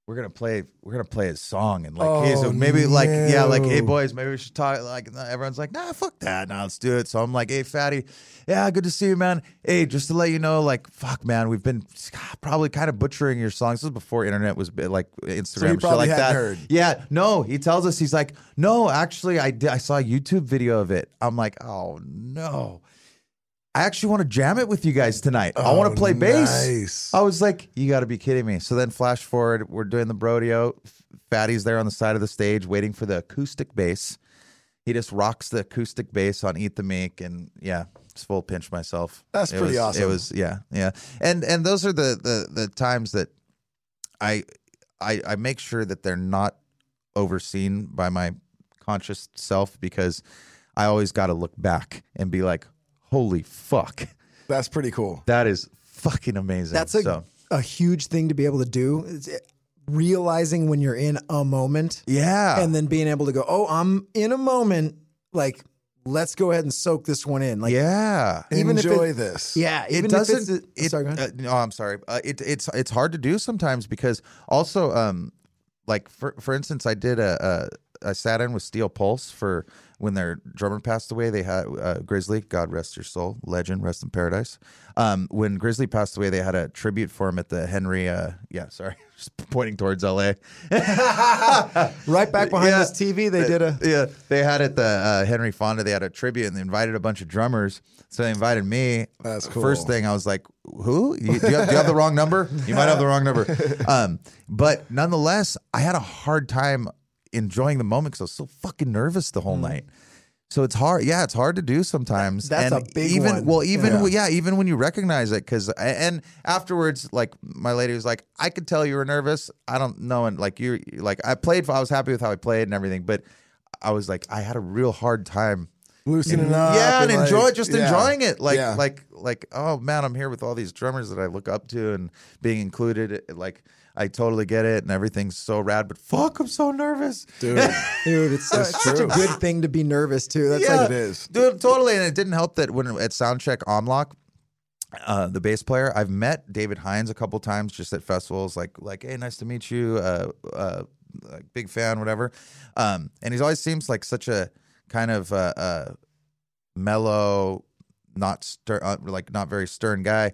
B: we're gonna play we're gonna play his song and like hey, so
A: Oh,
B: maybe like yeah like hey
A: no.
B: boys maybe we should talk like and everyone's like nah fuck that nah let's do it so I'm like hey fatty yeah good to see you man hey just to let you know like fuck man we've been probably kind of butchering your songs this was before internet was bi- like Instagram and shit
A: probably
B: like
A: hadn't
B: that
A: heard.
B: yeah no he tells us he's like no actually I did, I saw a YouTube video of it I'm like oh no I actually want to jam it with you guys tonight I want
A: Oh,
B: to play bass
A: nice.
B: I was like, you got to be kidding me. So then, flash forward, we're doing the Brodeo. Fatty's there on the side of the stage waiting for the acoustic bass. He just rocks the acoustic bass on Eat the Meek. And yeah, just full pinch myself.
A: That's
B: It
A: pretty
B: was-
A: awesome.
B: It was, yeah, yeah. And and those are the the, the times that I, I I make sure that they're not overseen by my conscious self because I always got to look back and be like, holy fuck,
A: That's pretty cool.
B: that is fucking amazing.
C: That's a,
B: So-
C: a huge thing to be able to do. is it- realizing when you're in a moment
B: yeah.
C: and then being able to go, oh, I'm in a moment. Like, let's go ahead and soak this one in. Like,
B: yeah.
C: Even if it-
A: Enjoy this.
C: yeah,
B: It
C: even
B: doesn't.
C: If it's,
B: it,
C: sorry, go ahead.
B: uh, no, I'm sorry. Uh, it, it's it's hard to do sometimes because also, um, like for for instance, I did a, a I sat in with Steel Pulse for when their drummer passed away. They had uh, Grizzly, God rest your soul, legend, rest in paradise. Um, when Grizzly passed away, they had a tribute for him at the Henry. Uh, yeah, sorry, just pointing towards L.A.
C: right back behind
B: yeah.
C: this TV, they did a.
B: yeah. They had at the uh, Henry Fonda. They had a tribute and they invited a bunch of drummers. So they invited me.
A: That's
B: First
A: cool.
B: thing I was like, "Who? You, do, you have, do you have the wrong number? You might have the wrong number." Um, but nonetheless, I had a hard time enjoying the moment because I was so fucking nervous the whole
C: Mm.
B: night. So it's hard. Yeah, it's hard to do sometimes.
C: That's
B: and
C: a big
B: even
C: one.
B: well, even
A: Yeah.
B: w- yeah, even when you recognize it, because and afterwards, like my lady was like, I could tell you were nervous. I don't know, and like you, like I played. I was happy with how I played and everything, but I was like, I had a real hard time.
A: Loosening up.
B: Mm-hmm. yeah, and,
A: like-
B: enjoy just
A: yeah.
B: enjoying it. Like
A: Yeah.
B: like like oh man, I'm here with all these drummers that I look up to and being included. it- Like I totally get it, and everything's so rad. But fuck, I'm so nervous.
A: dude.
C: Dude, it's such, such a good thing to be nervous too. That's
B: Yeah.
C: like
A: it is.
B: Dude, totally. And it didn't help that when at Soundcheck Omlock, uh, the bass player, I've met David Hines a couple times just at festivals, like like, hey, nice to meet you, uh, uh, like, big fan, whatever. Um, and he always seems like such a kind of uh, uh, mellow, not stern, uh, like not very stern guy.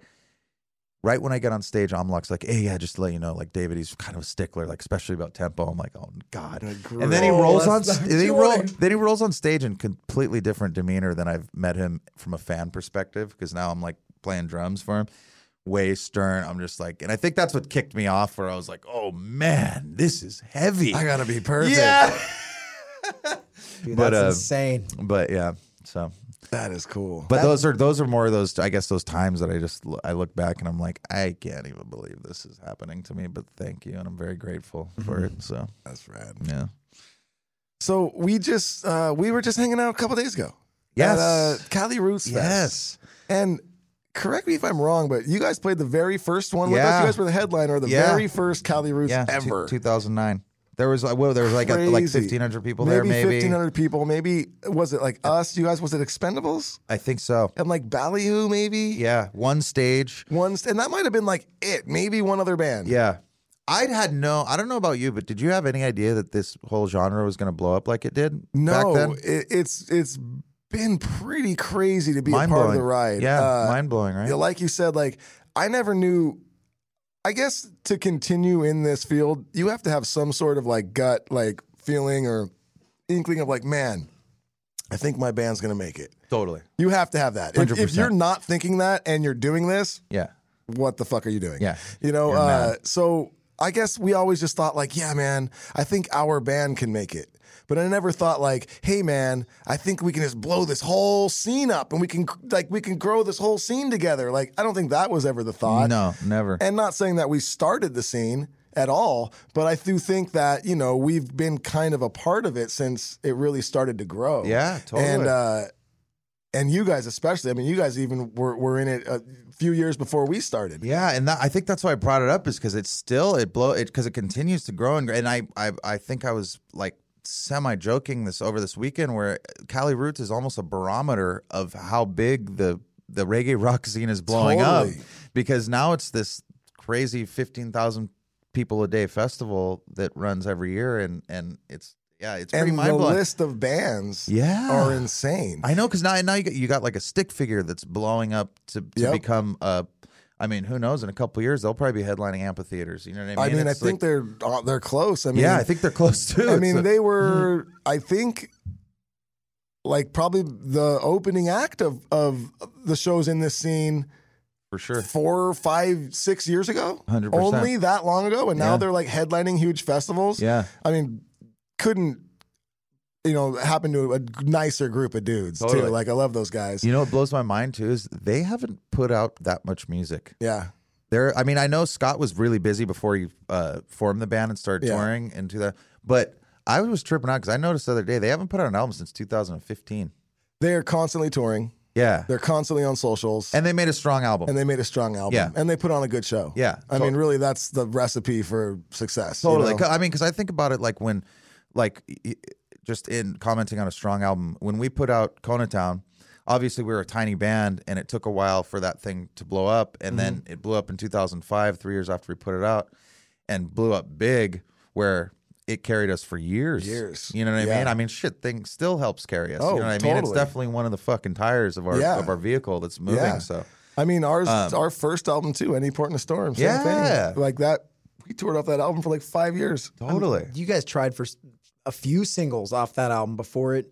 B: Right when I get on stage, Omlock's like, "Hey, yeah, just to let you know, like David, he's kind of a stickler, like especially about tempo." I'm like, "Oh God!" And then he
C: Oh,
B: rolls
C: that's
B: on. st-
C: not
B: Then he, roll,
C: joy.
B: then he rolls on stage in completely different demeanor than I've met him from a fan perspective. Because now I'm like playing drums for him, way stern. I'm just like, and I think that's what kicked me off. Where I was like, "Oh man, this is heavy."
A: I gotta be perfect.
B: yeah,
C: dude,
B: But,
C: that's
B: uh,
C: insane.
B: but yeah. So,
A: that is cool.
B: but those are those are more of those. I guess those times that I just l- I look back and I'm like, I can't even believe this is happening to me. But thank you, and I'm very grateful for it. So
A: That's rad.
B: yeah,
A: So we just uh, we were just hanging out a couple days ago.
B: yes,
A: At, uh, Cali Roots uh, Fest.
B: yes.
A: And correct me if I'm wrong, but you guys played the very first one with us.
B: Yeah.
A: You guys were the headliner, the
B: Yeah.
A: very first Cali Roots
B: Yeah, two-
A: ever.
B: 2009. There was like, well, there was like a, like
A: Crazy.
B: 1,500 people
A: maybe
B: there, maybe.
A: 1,500 people. Maybe was it like us? You guys was it Expendables
B: I think so.
A: and like Ballyhoo? Maybe
B: Yeah, one stage.
A: Once and that might have been like it. Maybe one other band.
B: Yeah. I'd had no, I don't know about you, but did you have any idea that this whole genre was going to blow up like it did back
A: No,
B: then?
A: it, it's it's been pretty crazy to be a part of
B: Mind-blowing.
A: the ride.
B: Yeah,
A: Uh,
B: mind blowing, right?
A: Yeah, like you said, like I never knew. I guess to continue in this field, you have to have some sort of like gut, like feeling or inkling of like, man, I think my band's gonna make it.
B: totally.
A: You have to have that. If- If,
B: 100%.
A: you're not thinking that and you're doing this,
B: Yeah.
A: what the fuck are you doing?
B: Yeah.
A: you know.
B: You're
A: Uh, so I guess we always just thought like, yeah, man, I think our band can make it. But I never thought like, hey man, I think we can just blow this whole scene up and we can like we can grow this whole scene together. Like I don't think that was ever the thought.
B: No, never.
A: And not saying that we started the scene at all, but I do think that, you know, we've been kind of a part of it since it really started to grow.
B: Yeah, totally.
A: And uh and you guys especially. I mean, you guys even were were in it a few years before we started.
B: Yeah, and that, I think that's why I brought it up is because it's still it blow it because it continues to grow and gr- and I I, I think I was like semi joking this over this weekend where uh, Cali Roots is almost a barometer of how big the the reggae rock scene is blowing
A: Totally.
B: up because now it's this crazy fifteen thousand people a day festival that runs every year and and it's yeah it's pretty
A: And the
B: mind blowing.
A: list of bands
B: Yeah.
A: are insane.
B: I know because now now you got, you got like a stick figure that's blowing up to, to
A: Yep.
B: become a. I mean, who knows? In a couple years, they'll probably be headlining amphitheaters. You know what I mean?
A: I mean, I,
B: It's
A: think
B: like-
A: they're uh, they're close. I mean,
B: yeah, I think they're close too.
A: I
B: It's
A: mean,
B: a- Mm-hmm.
A: they were, I think, like probably the opening act of, of the shows in this scene
B: for sure.
A: four, five, six years ago.
B: 100%.
A: Only that long ago. And now
B: Yeah.
A: they're like headlining huge festivals.
B: Yeah,
A: I mean, couldn't, you know, happen to a nicer group of dudes too.
B: Totally.
A: Like, I love those guys.
B: you know what blows my mind too is they haven't put out that much music.
A: yeah.
B: There, I mean, I know Scott was really busy before he uh, formed the band and started
A: Yeah.
B: touring into that, but. I was tripping out because I noticed the other day they haven't put out an album since 2015.
A: They're constantly touring,
B: Yeah,
A: they're constantly on socials.
B: and they made a strong album.
A: and they made a strong album.
B: Yeah.
A: And they put on a good show.
B: Yeah,
A: I mean, really, that's the recipe for success. you
B: Totally.
A: know?
B: 'Cause- I mean, because I think about it like when, like, y- y- just in commenting on a strong album, when we put out Kona Town, obviously we were a tiny band and it took a while for that thing to blow up. And then
A: Mm-hmm.
B: it blew up in 2005, three years after we put it out, and blew up big where it carried us for years.
A: Years.
B: You know what I
A: Yeah.
B: mean? I mean, shit, thing still helps carry us.
A: Oh,
B: you know what I mean? It's
A: totally.
B: definitely one of the fucking tires of our
A: Yeah.
B: of our vehicle that's moving.
A: Yeah.
B: So
A: I mean, ours, our first album too, Any Port in a Storm. Same
B: Um, Yeah.
A: thing. Like that, we toured off that album for like five years.
B: totally.
C: You guys tried for s- a few singles off that album before it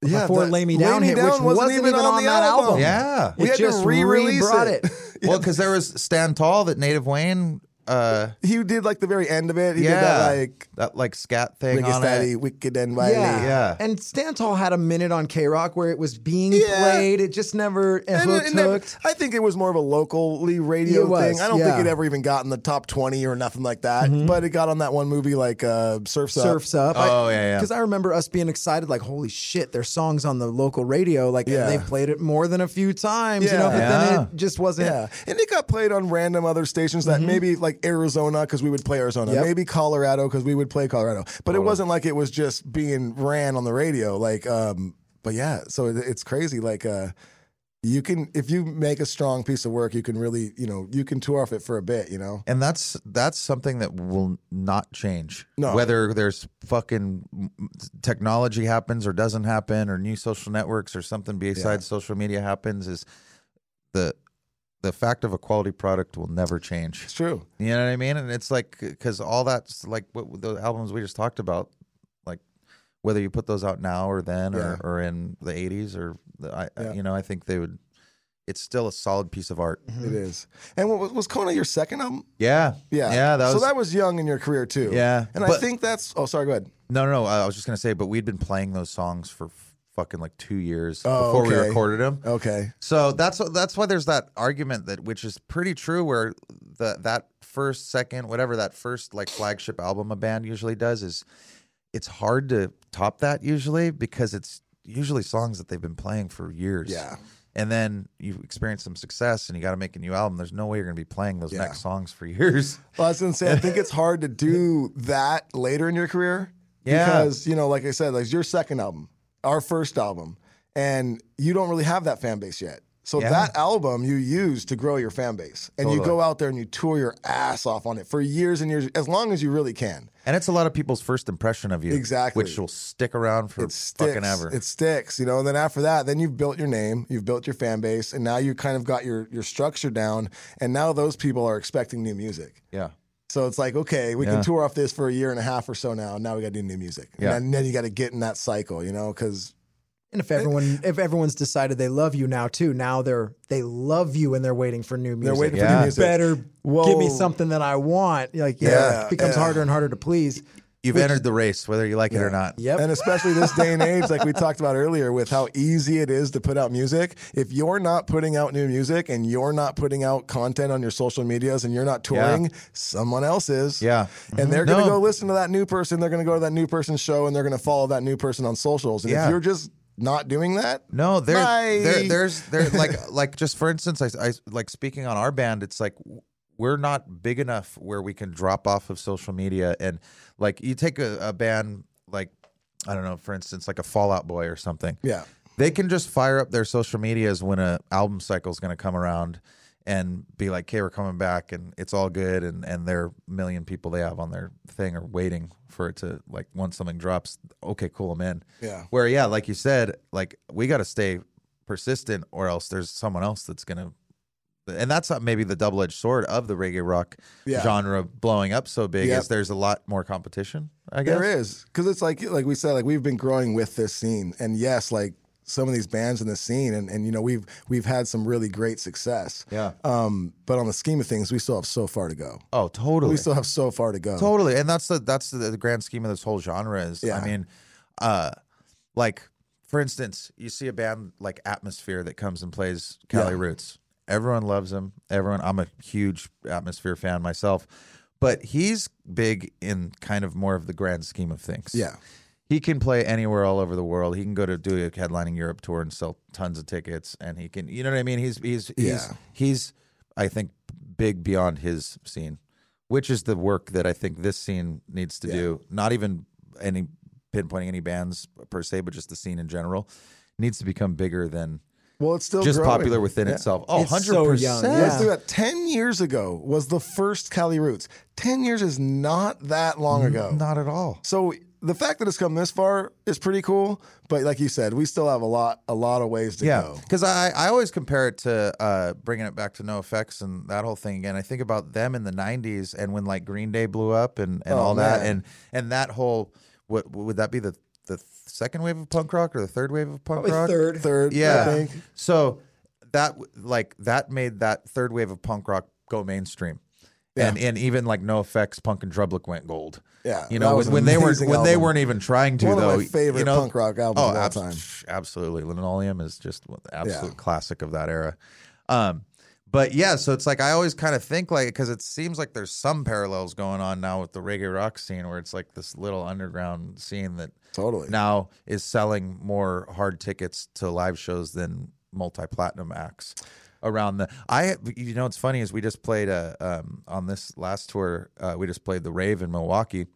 C: before
A: the-
C: Lay Me Down
A: Me
C: hit, which
A: wasn't
C: wasn't even on
A: the
C: that album.
B: yeah.
A: We
C: It
A: had
C: just
A: to re-release
C: re-brought
A: it.
C: it.
B: Well, because there was Stand Tall that Native Wayne, uh,
A: He did like the very end of it. He
B: yeah,
A: did that like
B: that like scat thing
A: Ricky
B: on
A: Steady,
B: it.
A: Wicked and Wiley.
C: Yeah.
B: Yeah.
C: And Stan Tall had a minute on K Rock where it was being
A: Yeah.
C: played. It just never it
A: And
C: hooked,
A: it never-
C: hooked.
A: I think it was more of a locally radio
C: It was,
A: thing. I don't
C: yeah. Mm-hmm.
A: think it ever even got in the top twenty or nothing like that. But it got on that one movie like uh, Surf's Up.
C: Surfs up.
B: Oh, yeah, yeah.
C: Because I remember us being excited, like, holy shit, their songs on the local radio, like,
A: Yeah.
C: and they played it more than a few times, you
A: Yeah.
C: know, but then
B: Yeah.
C: it just wasn't.
A: Yeah, and it got played on random other stations that maybe like Arizona because we would play Arizona,
C: Mm-hmm. Yep.
A: maybe Colorado because we would play Colorado. But it wasn't like it was just being ran on the radio. Like, um, but yeah, so it, it's crazy. Like, uh, you can if you make a strong piece of work, you can really, you know, you can tour off it for a bit. You know,
B: And that's that's something that will not change.
A: No.
B: Whether there's fucking m- m- technology happens or doesn't happen, or new social networks or something besides social media happens, is the the fact of a quality product will never change.
A: it's true.
B: You know what I mean? And it's like because all that's like what the albums we just talked about, like whether you put those out now or then
A: Yeah.
B: or, or in the '80s or the, I,
A: Yeah.
B: you know, I think they would. It's still a solid piece of art.
A: It
C: Mm.
A: is. And what, was Kona your second album?
B: Yeah,
A: Yeah,
B: yeah. That
A: so
B: was,
A: that was young in your career too.
B: Yeah.
A: and I
B: But-
A: think that's. Oh, sorry. Go ahead.
B: no, no, no. I was just gonna say, but we'd been playing those songs for f- fucking like two years
A: Oh,
B: before we
A: okay.
B: recorded them.
A: Okay.
B: So that's that's why there's that argument that which is pretty true where the that first second whatever that first like flagship album a band usually does is it's hard to top that usually because it's usually songs that they've been playing for years.
A: Yeah.
B: and then you experience some success and you got to make a new album. There's no way you're going to be playing those
A: Yeah.
B: next songs for years.
A: Well, I was gonna say, I think it's hard to do that later in your career.
B: Yeah.
A: Because, you know, like I said, like your second album, our first album, and you don't really have that fan base yet. So
B: Yeah.
A: that album you use to grow your fan base. And you
B: Totally.
A: go out there and you tour your ass off on it for years and years, as long as you really can.
B: And it's a lot of people's first impression of you,
A: Exactly.
B: which will stick around for
A: It sticks.
B: fucking ever.
A: It sticks, you know. And then after that, then you've built your name, you've built your fan base, and now you kind of got your your structure down. And now those people are expecting new music.
B: yeah,
A: So it's like, okay, we
B: Yeah.
A: can tour off this for a year and a half or so now. Now we got to do new music.
B: Yeah.
A: And then, then you got to get in that cycle, you know, because
C: And if everyone if everyone's decided they love you now too, now they're they love you and they're waiting for new music.
A: they're waiting for
B: Yeah.
A: new music.
C: Better
A: Whoa.
C: give me something that I want. Like yeah,
A: Yeah,
C: it becomes
A: yeah.
C: harder and harder to please.
B: you've entered the race, whether you like it or not.
C: Yep.
A: And especially this day and age, like we talked about earlier, with how easy it is to put out music. If you're not putting out new music and you're not putting out content on your social medias and you're not touring, someone else is.
B: Yeah. Mm-hmm.
A: And they're going to
B: No.
A: go listen to that new person. They're going to go to that new person's show and they're going to follow that new person on socials. And
B: Yeah.
A: if you're just not doing that,
B: No, there,
A: Bye.
B: there, there's, there, like, like just for instance, I, I, like speaking on our band, it's like w- we're not big enough where we can drop off of social media, and like you take a, a band like, I don't know, for instance, like a Fallout Boy or something.
A: Yeah.
B: they can just fire up their social medias when a album cycle is going to come around and be like, "Okay, we're coming back, and it's all good," and and their million people they have on their thing are waiting for it to like once something drops. Okay, cool, I'm in.
A: Yeah.
B: Where yeah, like you said, like we got to stay persistent, or else there's someone else that's gonna. And that's not maybe the double edged sword of the reggae rock
A: Yeah.
B: genre blowing up so big
A: Yep.
B: is there's a lot more competition. I guess.
A: There is because it's like like we said, like we've been growing with this scene, and yes, like some of these bands in the scene, and, and you know we've we've had some really great success.
B: Yeah.
A: Um, but on the scheme of things, we still have so far to go.
B: Oh, totally.
A: We still have so far to go.
B: totally and that's the that's the, the grand scheme of this whole genre is
A: Yeah.
B: i mean uh like for instance you see a band like atmosphere that comes and plays cali
A: Yeah.
B: roots everyone loves him everyone i'm a huge atmosphere fan myself but he's big in kind of more of the grand scheme of things
A: Yeah.
B: he can play anywhere all over the world. He can go to do a headlining Europe tour and sell tons of tickets, and he can, you know what I mean? He's he's he's
A: Yeah.
B: he's I think big beyond his scene, which is the work that I think this scene needs to do. Not even any pinpointing any bands per se, but just the scene in general needs to become bigger than
A: Well, it's still
B: just
A: growing.
B: popular within
A: Yeah.
B: itself. Oh,
C: It's so
B: 100
C: young,
B: percent.
A: Let's
C: Yeah.
A: do that. Ten years ago was the first Cali Roots. Ten years is not that long ago.
B: Not at all.
A: So the fact that it's come this far is pretty cool. But like you said, we still have a lot a lot of ways to
B: Yeah,
A: go.
B: because I, I always compare it to uh, bringing it back to No Effects and that whole thing again. I think about them in the '90s and when like Green Day blew up and, and
A: Oh,
B: all that
A: man.
B: and and that whole what would that be the the second wave of punk rock or the third wave of punk rock?
A: Third, third,
B: yeah.
A: I think.
B: So that like that made that third wave of punk rock go mainstream. And, and even like no effects punk and drublick went gold
A: Yeah,
B: you
A: that
B: know
A: was
B: when,
A: an
B: when they weren't
A: amazing
B: when they
A: album.
B: weren't even trying to
A: One of
B: though
A: my favorite
B: you know? Oh,
A: punk rock albums of all time.
B: absolutely linoleum is just one- the absolute
A: Yeah.
B: classic of that era um but yeah so it's like i always kind of think like because it seems like there's some parallels going on now with the reggae rock scene where it's like this little underground scene that
A: Totally.
B: now is selling more hard tickets to live shows than multi-platinum acts around the i you know what's funny is we just played a um on this last tour uh, we just played the rave in milwaukee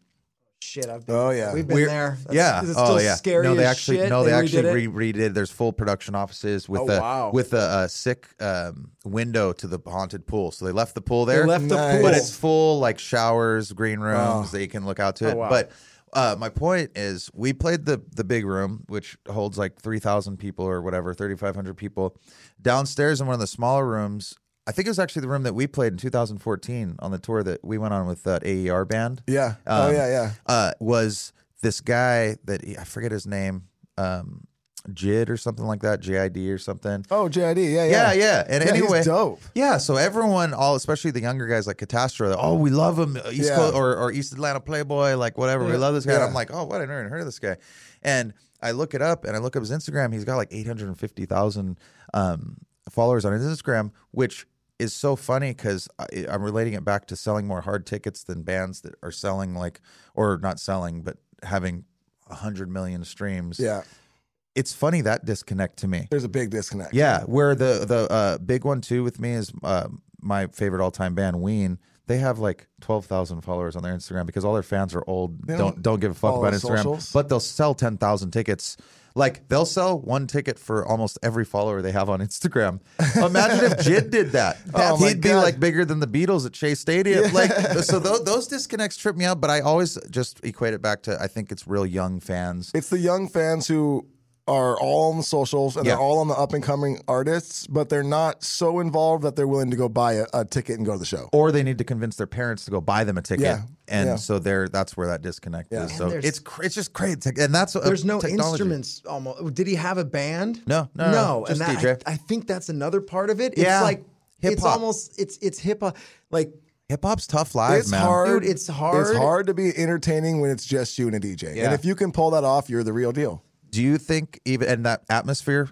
C: Shit, I've been,
A: Oh yeah.
C: we've been
B: we're-
C: there. That's-
B: yeah.
C: is it
B: oh
C: still
B: yeah.
C: Scary
B: no, they
C: as
B: actually
C: shit?
B: no, they,
C: redid
B: actually
C: it?
B: re- redid. There's full production offices with
C: Oh,
B: a
C: wow.
B: with a, a sick um, window to the haunted pool. So they left the pool there.
C: They left the Oh.
A: Nice.
C: pool.
B: But it's full like showers, green rooms that you can look out to it.
C: Oh,
B: But uh, my point is, we played the the big room, which holds like three thousand people or whatever, thirty five hundred people. Downstairs in one of the smaller rooms, I think it was actually the room that we played in 2014 on the tour that we went on with that AER band
A: Yeah. oh
B: Um,
A: yeah, yeah.
B: uh, was this guy that I forget his name, um, Jid or something like that, JID or something.
A: Oh, JID. Yeah, yeah.
B: Yeah, yeah. And
A: Yeah, he's
B: anyway,
A: dope.
B: Yeah, so everyone, all especially the younger guys like Catastro, they're, oh, we love him, uh, East
A: Yeah.
B: Coast or, or East Atlanta Playboy, like whatever. We love this guy. And
A: Yeah.
B: I'm like, oh, what? I never even heard of this guy. And I look it up, and I look up his Instagram. He's got like 850,000 um, followers on his Instagram, which is so funny because I'm relating it back to selling more hard tickets than bands that are selling like, or not selling, but having 100 million streams
A: Yeah.
B: it's funny that disconnect to me.
A: There's a big disconnect.
B: Yeah, where the the uh, big one too with me is uh, my favorite all time band Ween. They have like twelve thousand followers on their Instagram because all their fans are old. Don't don't,
A: don't
B: give a fuck
A: follow
B: about Instagram,
A: socials.
B: but they'll sell ten thousand tickets. Like they'll sell one ticket for almost every follower they have on Instagram. Imagine if Jid did that.
A: That's-
B: He'd be
A: Oh God.
B: like bigger than the Beatles at Chase Stadium. Like so, those, those disconnects trip me out. But I always just equate it back to I think it's real young fans.
A: It's the young fans who are all on the socials and
B: Yeah.
A: they're all on the up and coming artists, but they're not so involved that they're willing to go buy a, a ticket and go to the show.
B: or they need to convince their parents to go buy them a ticket.
A: Yeah,
B: And
A: yeah.
B: so there, that's where that disconnect is. So
C: there's-
B: it's cr- it's just great, tech- and that's
C: There's no
B: technology.
C: instruments. Almost. Did he have a band?
B: No, no, no,
C: no.
B: just
C: and that,
B: DJ.
C: I, I think that's another part of it.
B: Yeah.
C: It's like It's
B: Hip-hop.
C: almost. It's it's hip hop. Like
B: Hip hop's tough live,
A: it's
B: man.
A: hard.
C: Dude, it's hard.
A: It's hard to be entertaining when it's just you and a DJ.
B: Yeah.
A: And if you can pull that off, you're the real deal.
B: Do you think even and that atmosphere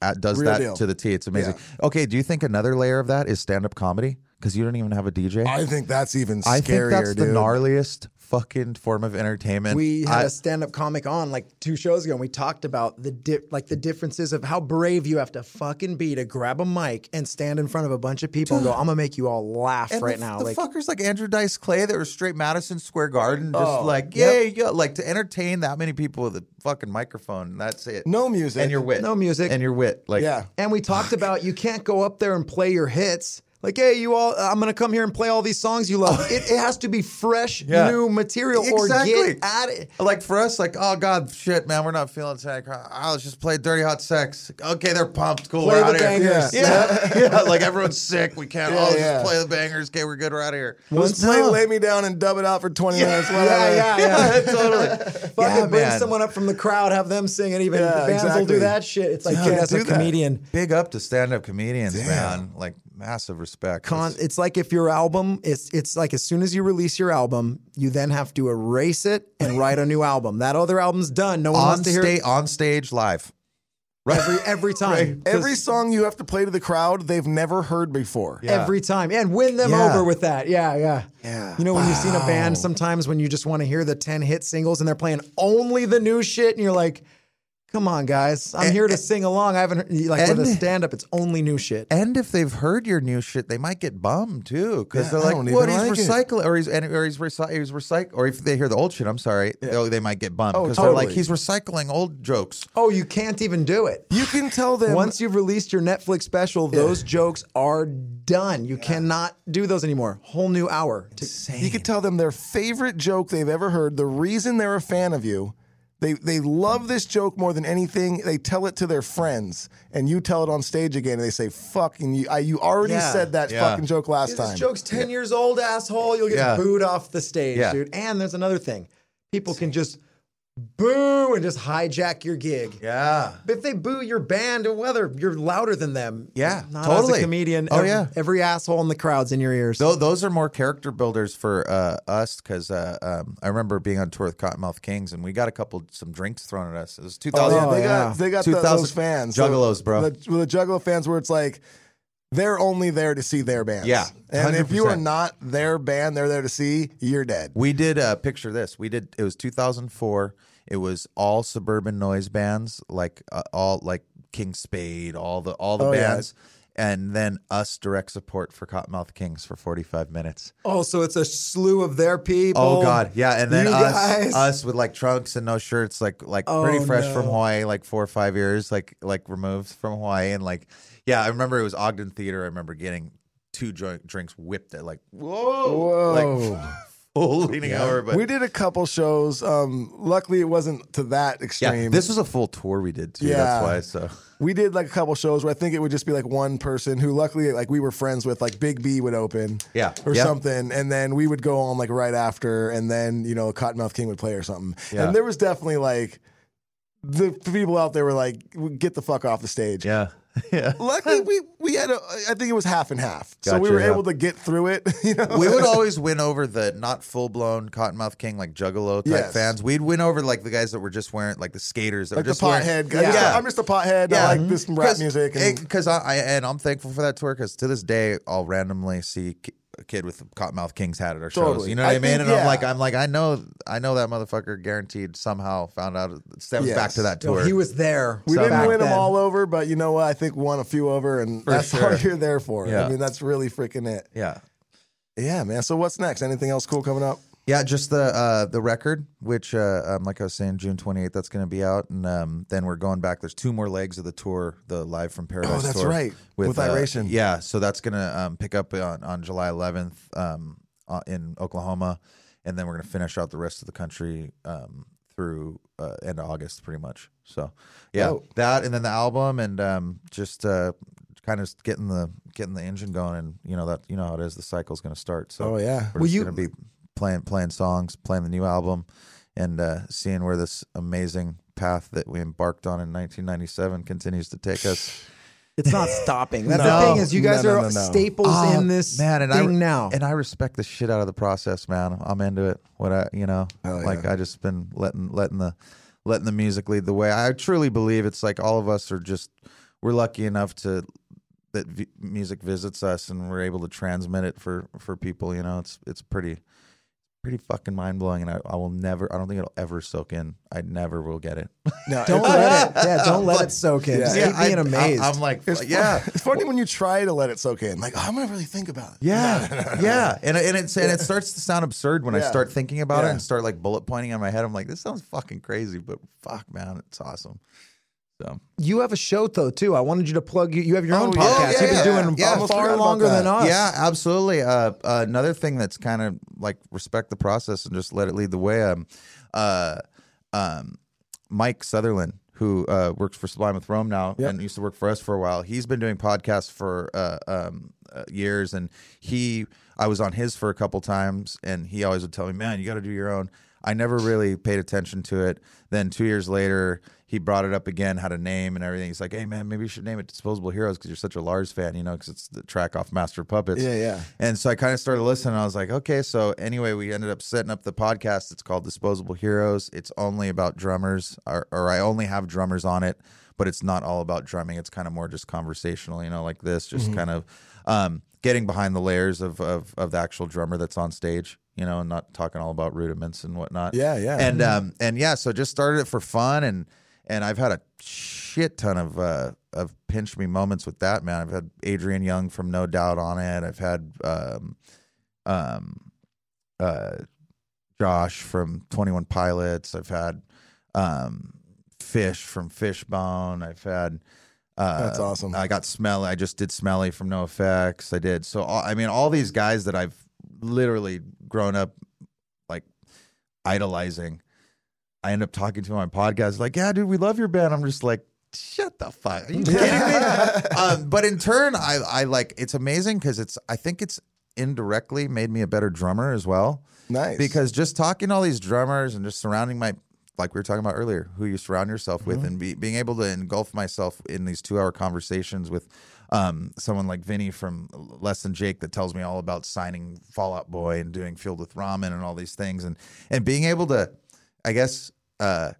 B: uh, does
A: Real
B: that
A: deal.
B: to the T? It's amazing. Okay, do you think another layer of that is stand up comedy because you don't even have a DJ?
A: I think that's even scarier,
B: I think that's the
A: dude.
B: gnarliest fucking form of entertainment.
C: we had
B: I-
C: a stand up comic on like two shows ago, and we talked about the di- like the differences of how brave you have to fucking be to grab a mic and stand in front of a bunch of people and go, "I'm gonna make you all laugh
B: and
C: right
B: the,
C: now."
B: the
C: like
B: fuckers like Andrew Dice Clay that were straight Madison Square
A: Oh,
B: Garden, just like yeah, yeah, like to entertain that many people with a fucking microphone. That's it.
A: No music.
B: and your wit,
C: No music.
B: and your wit. Like
A: Yeah.
C: And we talked about you can't go up there and play your hits. Like, hey, you all, I'm going to come here and play all these songs you love. it, it has to be fresh,
B: Oh. Yeah.
C: new material or
B: Exactly.
C: get at it.
B: Like for us, like oh god, shit, man, we're not feeling tech. Ah, let's just play Dirty Hot Sex. Okay, they're pumped. Cool,
C: Play
B: we're out
C: the
B: of
C: bangers.
B: here. Yeah. yeah, Like everyone's sick. We can't. oh,
A: yeah.
B: just play the bangers. Okay, we're good. We're out of here.
A: Let's
C: Once-
A: play
C: no.
A: Lay Me Down and dub it out for 20 minutes. whatever.
C: Yeah, yeah, yeah.
B: totally.
C: Fucking
B: yeah,
C: bring
B: man.
C: someone up from the crowd, have them sing, and even
A: Yeah,
C: the bands will
A: exactly.
C: do that shit. It's like, dude,
A: can't
C: that's a
A: do that.
C: comedian.
B: Big up to stand up comedians, man. Like massive respect.
C: Con,
B: It's-
C: it's like if your album, it's it's like as soon as you release your album, you then have to erase it and write a new album. That other album's done. No one
B: on
C: wants to hear
B: stage
C: it
B: on stage live.
C: every every time.
A: Every song you have to play to the crowd, they've never heard before.
C: every time and win them
B: Yeah.
C: over with that. Yeah, yeah.
A: Yeah.
C: You know, when you've seen a band sometimes when you just want to hear the 10 hit singles and they're playing only the new shit and you're like, come on, guys, I'm here to sing along. I haven't, heard, like, with a
B: and-
C: stand up, it's only new shit.
B: And if they've heard your new shit, they might get bummed too, because
A: Yeah, I
B: they're
A: don't
B: like,
A: even
B: "What? He's
A: like it."
B: recycling, or he's and, or he's, recy- he's recycling." Or if they hear the old shit, I'm sorry, they, they might get bummed
A: Oh,
B: because they're like,
A: totally.
B: "He's recycling old jokes."
C: oh, you can't even do it.
A: You can tell them
C: Once you've released your Netflix special, those jokes are done. You cannot do those anymore. Whole new hour. To-
A: You could tell them their favorite joke they've ever heard, the reason they're a fan of you. They, they love this joke more than anything. They tell it to their friends, and you tell it on stage again, and they say, "Fucking you! I, you already
C: Yeah.
A: said that
B: Yeah.
A: fucking joke last
C: This
A: time."
C: joke's 10 years old, asshole. You'll get
B: Yeah.
C: booed off the stage,
B: Yeah.
C: dude. And there's another thing people can just boo and just hijack your gig.
B: Yeah,
C: But if they boo your band, whether you're louder than them.
B: Yeah,
C: not as
B: totally.
C: a comedian.
B: Oh,
C: Ev-
B: yeah.
C: every asshole in the crowd's in your ears.
B: Tho- those are more character builders for uh, us because uh, um, I remember being on tour with Cottonmouth Kings and we got a couple some drinks thrown at us. It was 2000.
A: Oh, yeah, they
C: yeah.
A: got they got the,
B: 2000
A: those fans,
B: juggalos, bro.
A: The, the juggalo fans, where it's like they're only there to see their bands.
B: Yeah,
A: and if you are
B: 100%.
A: not their band, they're there to see you're dead.
B: We did uh, picture this. We did. It was 2004. It was all suburban noise bands, like uh, all like King Spade, all the all the
A: Oh, yeah.
B: bands, and then us direct support for Cottonmouth Kings for 45 minutes.
C: oh, so it's a slew of their people.
B: Oh God, yeah, and then
C: You
B: us,
C: guys.
B: us with like trunks and no shirts, like like pretty
C: Oh,
B: fresh
C: no.
B: from Hawaii, like four or five years, like like removed from Hawaii, and like yeah, I remember it was Ogden Theater. I remember getting two joint drinks whipped at like whoa, like full leaning over, but
A: we did a couple shows. Um, luckily, it wasn't to that
B: yeah,
A: extreme.
B: this was a full tour we did too. That's
A: Yeah.
B: why. So
A: we did like a couple shows where I think it would just be like one person who luckily like we were friends with like Big B would open
B: Yeah.
A: or
B: Yep.
A: something and then we would go on like right after and then you know Cottonmouth King would play or something
B: Yeah.
A: and there was definitely like the people out there were like get the fuck off the stage
B: yeah, yeah.
A: luckily we we had a I think it was half and half so we
B: Gotcha,
A: were
B: yeah.
A: able to get through it you know
B: we would always win over the not full blown Cottonmouth King like Juggalo type
A: Yes.
B: fans. We'd win over like the guys that were just wearing like the skaters that
A: like the
B: were just wearing-
A: pothead guy. I'm, just, I'm just a pothead I like
B: Mm-hmm.
A: this rap music and
B: because I, I and I'm thankful for that tour because to this day I'll randomly see k- a kid with Cottonmouth Kings hat at our shows.
A: Totally.
B: You know what I,
A: I
B: mean?
A: think-
B: and I'm
A: yeah.
B: like, I'm like, I know, I know that motherfucker guaranteed somehow found out. That was back
A: Yes.
B: to that
C: No,
B: tour.
C: he was there.
A: We didn't
C: back
A: win them
C: then.
A: all over, but you know what? I think we won a few over, and that's all
B: sure.
A: you're there for.
B: Yeah.
A: I mean, that's really freaking it.
B: yeah.
A: Yeah, man. So what's next? Anything else cool coming up?
B: Yeah, just the uh, the record, which uh, um, like I was saying, June twenty eighth, that's going to be out, and um, then we're going back. There's two more legs of the tour, the live from Paradise.
A: Oh, that's
B: tour
A: right, with
B: uh,
A: Iration.
B: yeah, so that's going to um, pick up on, on July eleventh um, uh, in Oklahoma, and then we're going to finish out the rest of the country um, through uh, end of August, pretty much. So yeah,
A: Oh.
B: that, and then the album, and um, just uh, kind of getting the getting the engine going, and you know that you know how it is, the cycle's going to start.
A: Oh,
B: So
A: yeah.
B: we're
C: Will
B: just
C: you-
B: gonna be playing playing songs, playing the new album, and uh, seeing where this amazing path that we embarked on in 1997 continues to take us.
C: It's not stopping. That's
A: No.
C: the thing is, you guys
A: No, no,
C: are
A: no, no.
C: staples
B: Oh,
C: in this
B: and
C: thing
B: I,
C: now.
B: and I respect the shit out of the process, man. I'm into it. What I, you know,
A: Hell
B: like
A: yeah.
B: I just been letting letting the letting the music lead the way. I truly believe it's like all of us are just we're lucky enough to that v- music visits us and we're able to transmit it for for people. You know, it's it's pretty pretty fucking mind blowing, and I, I will never. I don't think it'll ever soak in. I never will get it.
A: No,
C: don't
A: it's-
C: let it. Yeah, don't let it soak in.
A: Yeah.
C: Just keep being amazed.
B: I, am like,
A: It's
B: yeah.
A: fu- it's funny when you try to let it soak in. Like, oh, I'm gonna really think about it.
B: Yeah, yeah, and and it's and it starts to sound absurd when I
A: Yeah.
B: start thinking about it
A: Yeah.
B: and start like bullet pointing in my head. I'm like, this sounds fucking crazy, but fuck, man, it's awesome. So
C: you have a show though too. I wanted you to plug. You, you have your
A: Oh,
C: own
A: yeah,
C: podcast.
B: yeah,
C: You've been
B: yeah,
C: doing
B: yeah. Almost
A: forgot
C: far
A: about
C: longer
A: that.
C: than us.
B: yeah, absolutely. Uh, another thing that's kind of like respect the process and just let it lead the way. Um, uh, um, Mike Sutherland, who uh, works for Sublime with Rome now and used to work for us for a while, he's been doing podcasts for uh, um, uh, years, and he, I was on his for a couple times, and he always would tell me, "Man, you got to do your own." I never really paid attention to it. Then two years later, he brought it up again, had a name and everything. He's like, "Hey, man, maybe you should name it Disposable Heroes because you're such a Lars fan, you know, because it's the track off Master of Puppets."
A: Yeah, yeah.
B: And so I kind of started listening. I was like, okay. So anyway, we ended up setting up the podcast. It's called Disposable Heroes. It's only about drummers, or, or I only have drummers on it, but it's not all about drumming. It's kind of more just conversational, you know, like this, just
A: Mm-hmm.
B: kind of um, getting behind the layers of, of of the actual drummer that's on stage, you know, and not talking all about rudiments and whatnot.
A: Yeah, yeah.
B: And um, and yeah, so just started it for fun, and and I've had a shit ton of uh, of pinch me moments with that man. I've had Adrian Young from No Doubt on it. I've had um, um, uh, Josh from Twenty One Pilots. I've had um, Fish from Fishbone. I've had. Uh,
A: That's awesome.
B: I got Smelly. I just did Smelly from No Effects. I did. So all, I mean, all these guys that I've literally grown up like idolizing. I end up talking to him on podcast, like, yeah, dude, we love your band. I'm just like, shut the fuck. Are you kidding me? um, but in turn, I, I like it's amazing because it's I think it's indirectly made me a better drummer as well.
A: nice.
B: Because just talking to all these drummers and just surrounding my, like we were talking about earlier, who you surround yourself
A: Mm-hmm.
B: with and be, being able to engulf myself in these two hour conversations with um, someone like Vinny from Less Than Jake that tells me all about signing Fallout Boy and doing Field with Ramen and all these things and, and being able to, I guess, uh,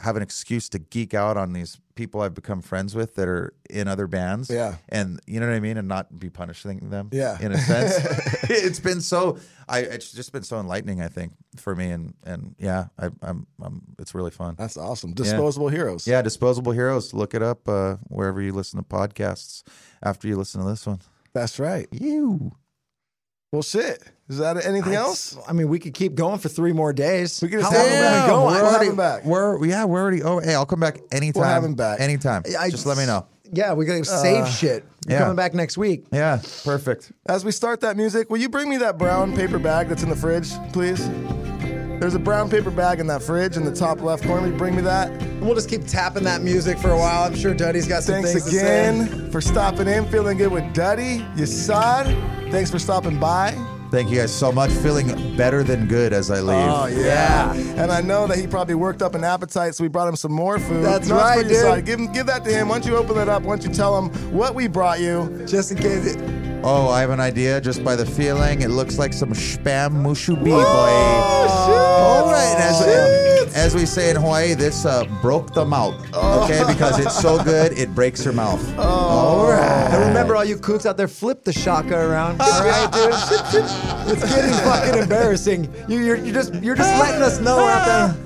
B: have an excuse to geek out on these people I've become friends with that are in other bands.
A: Yeah.
B: And you know what I mean? And not be punishing them.
A: Yeah.
B: In a sense. it's been so I it's just been so enlightening, I think, for me. And and yeah, I I'm I'm it's really fun.
A: that's awesome. Disposable heroes.
B: Yeah, disposable heroes. Look it up uh, wherever you listen to podcasts after you listen to this one.
A: that's right.
B: You
A: Well, shit. Is that anything else?
C: I mean, we could keep going for three more days.
A: We could just
C: How
A: have
C: long
A: him
C: have
A: back.
C: we
A: Go on.
C: gone?
A: We'll have
B: already-
A: him back.
B: We're yeah, we're already oh hey, I'll come back anytime.
A: have him back.
B: Anytime.
C: I-
B: just let me know.
C: Yeah, we gotta
A: Uh,
C: save shit. You're
B: yeah.
C: coming back next week.
B: Yeah, perfect.
A: As we start that music, will you bring me that brown paper bag that's in the fridge, please? There's a brown paper bag in that fridge in the top left corner. Will you bring me that?
C: And we'll just keep tapping that music for a while. I'm sure Duddy's got some
A: Thanks
C: things to say.
A: again for stopping in, feeling good with Duddy, Yassad. Thanks for stopping by.
B: Thank you guys so much. Feeling better than good as I leave.
C: Oh,
A: Oh, yeah. And I know that he probably worked up an appetite, so we brought him some more food.
C: That's
A: No,
C: right,
A: for you,
C: dude.
A: Yassad. Give, him, give that to him. Once you open it up, once you tell him what we brought you,
C: Just in case. It,
B: Oh, I have an idea. Just by the
C: Oh,
B: feeling, it looks like some spam mushu bee boy.
A: shit.
B: All right, that's it. as we say in Hawaii, this uh, broke the mouth. Okay, because it's so good, it breaks your mouth. All right.
A: Oh.
E: And remember, all you kooks out there, flip the shaka around. All right, dude.
C: It's getting fucking embarrassing. You, you're, you're just you're just letting us know out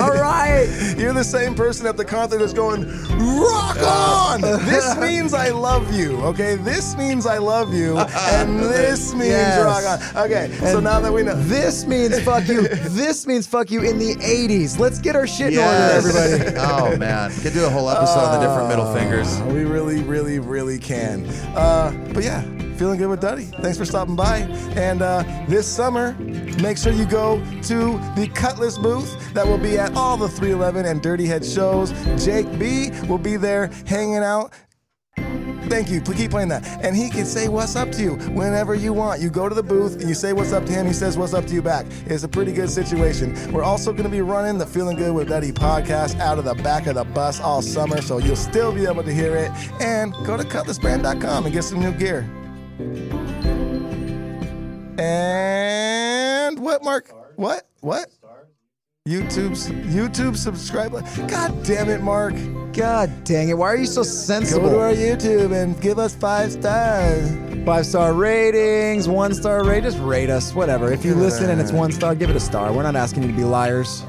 C: All right.
A: You're the same person at the concert that's going, rock on! This means I love you, okay? This means I love you, and this means
C: Yes.
A: rock on. Okay, so
C: And
A: now that we know.
C: This means fuck you. This means fuck you in the 80s. Let's get our shit
B: Yes.
C: in order, everybody.
B: oh man, could do a whole episode on the different middle fingers.
A: Uh, We really, really, really can. Uh, but yeah, feeling good with Duddy. Thanks for stopping by. And uh, this summer, make sure you go to the Cutlass booth that will be at all the 311 and Dirty Head shows. Jake B will be there hanging out. Thank you. Pl- Keep playing that. And he can say what's up to you whenever you want. You go to the booth and you say what's up to him. He says what's up to you back. It's a pretty good situation. We're also going to be running the Feeling Good with Duddy podcast out of the back of the bus all summer, so you'll still be able to hear it. And go to cutlassbrand.com and get some new gear. And what, Mark? What? What? YouTube's YouTube subscribe. God damn it, Mark.
C: God dang it. Why are you
A: Go to
C: so
A: our
C: sensible?
A: YouTube and give us five stars.
C: Five star ratings, one star rate. Just rate us, whatever. If you listen and it's one star, give it a star. We're not asking you to be liars.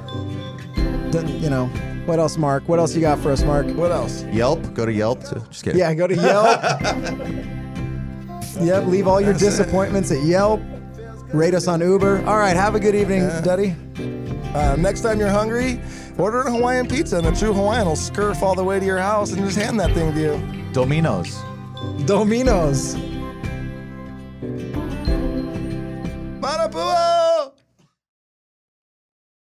C: Don't- You know, what else, Mark? What else you got for us, Mark?
A: What else?
B: Yelp, go to Yelp. To, just kidding.
C: Uh. Yeah, go to Yelp. yep, leave all your disappointments at Yelp. Rate us on Uber. All right, have a good evening, Duddy.
A: Uh, next time you're hungry, order a Hawaiian pizza, and a true Hawaiian will scurf all the way to your house and just hand that thing to you.
B: Domino's.
C: Domino's.
A: Manapua!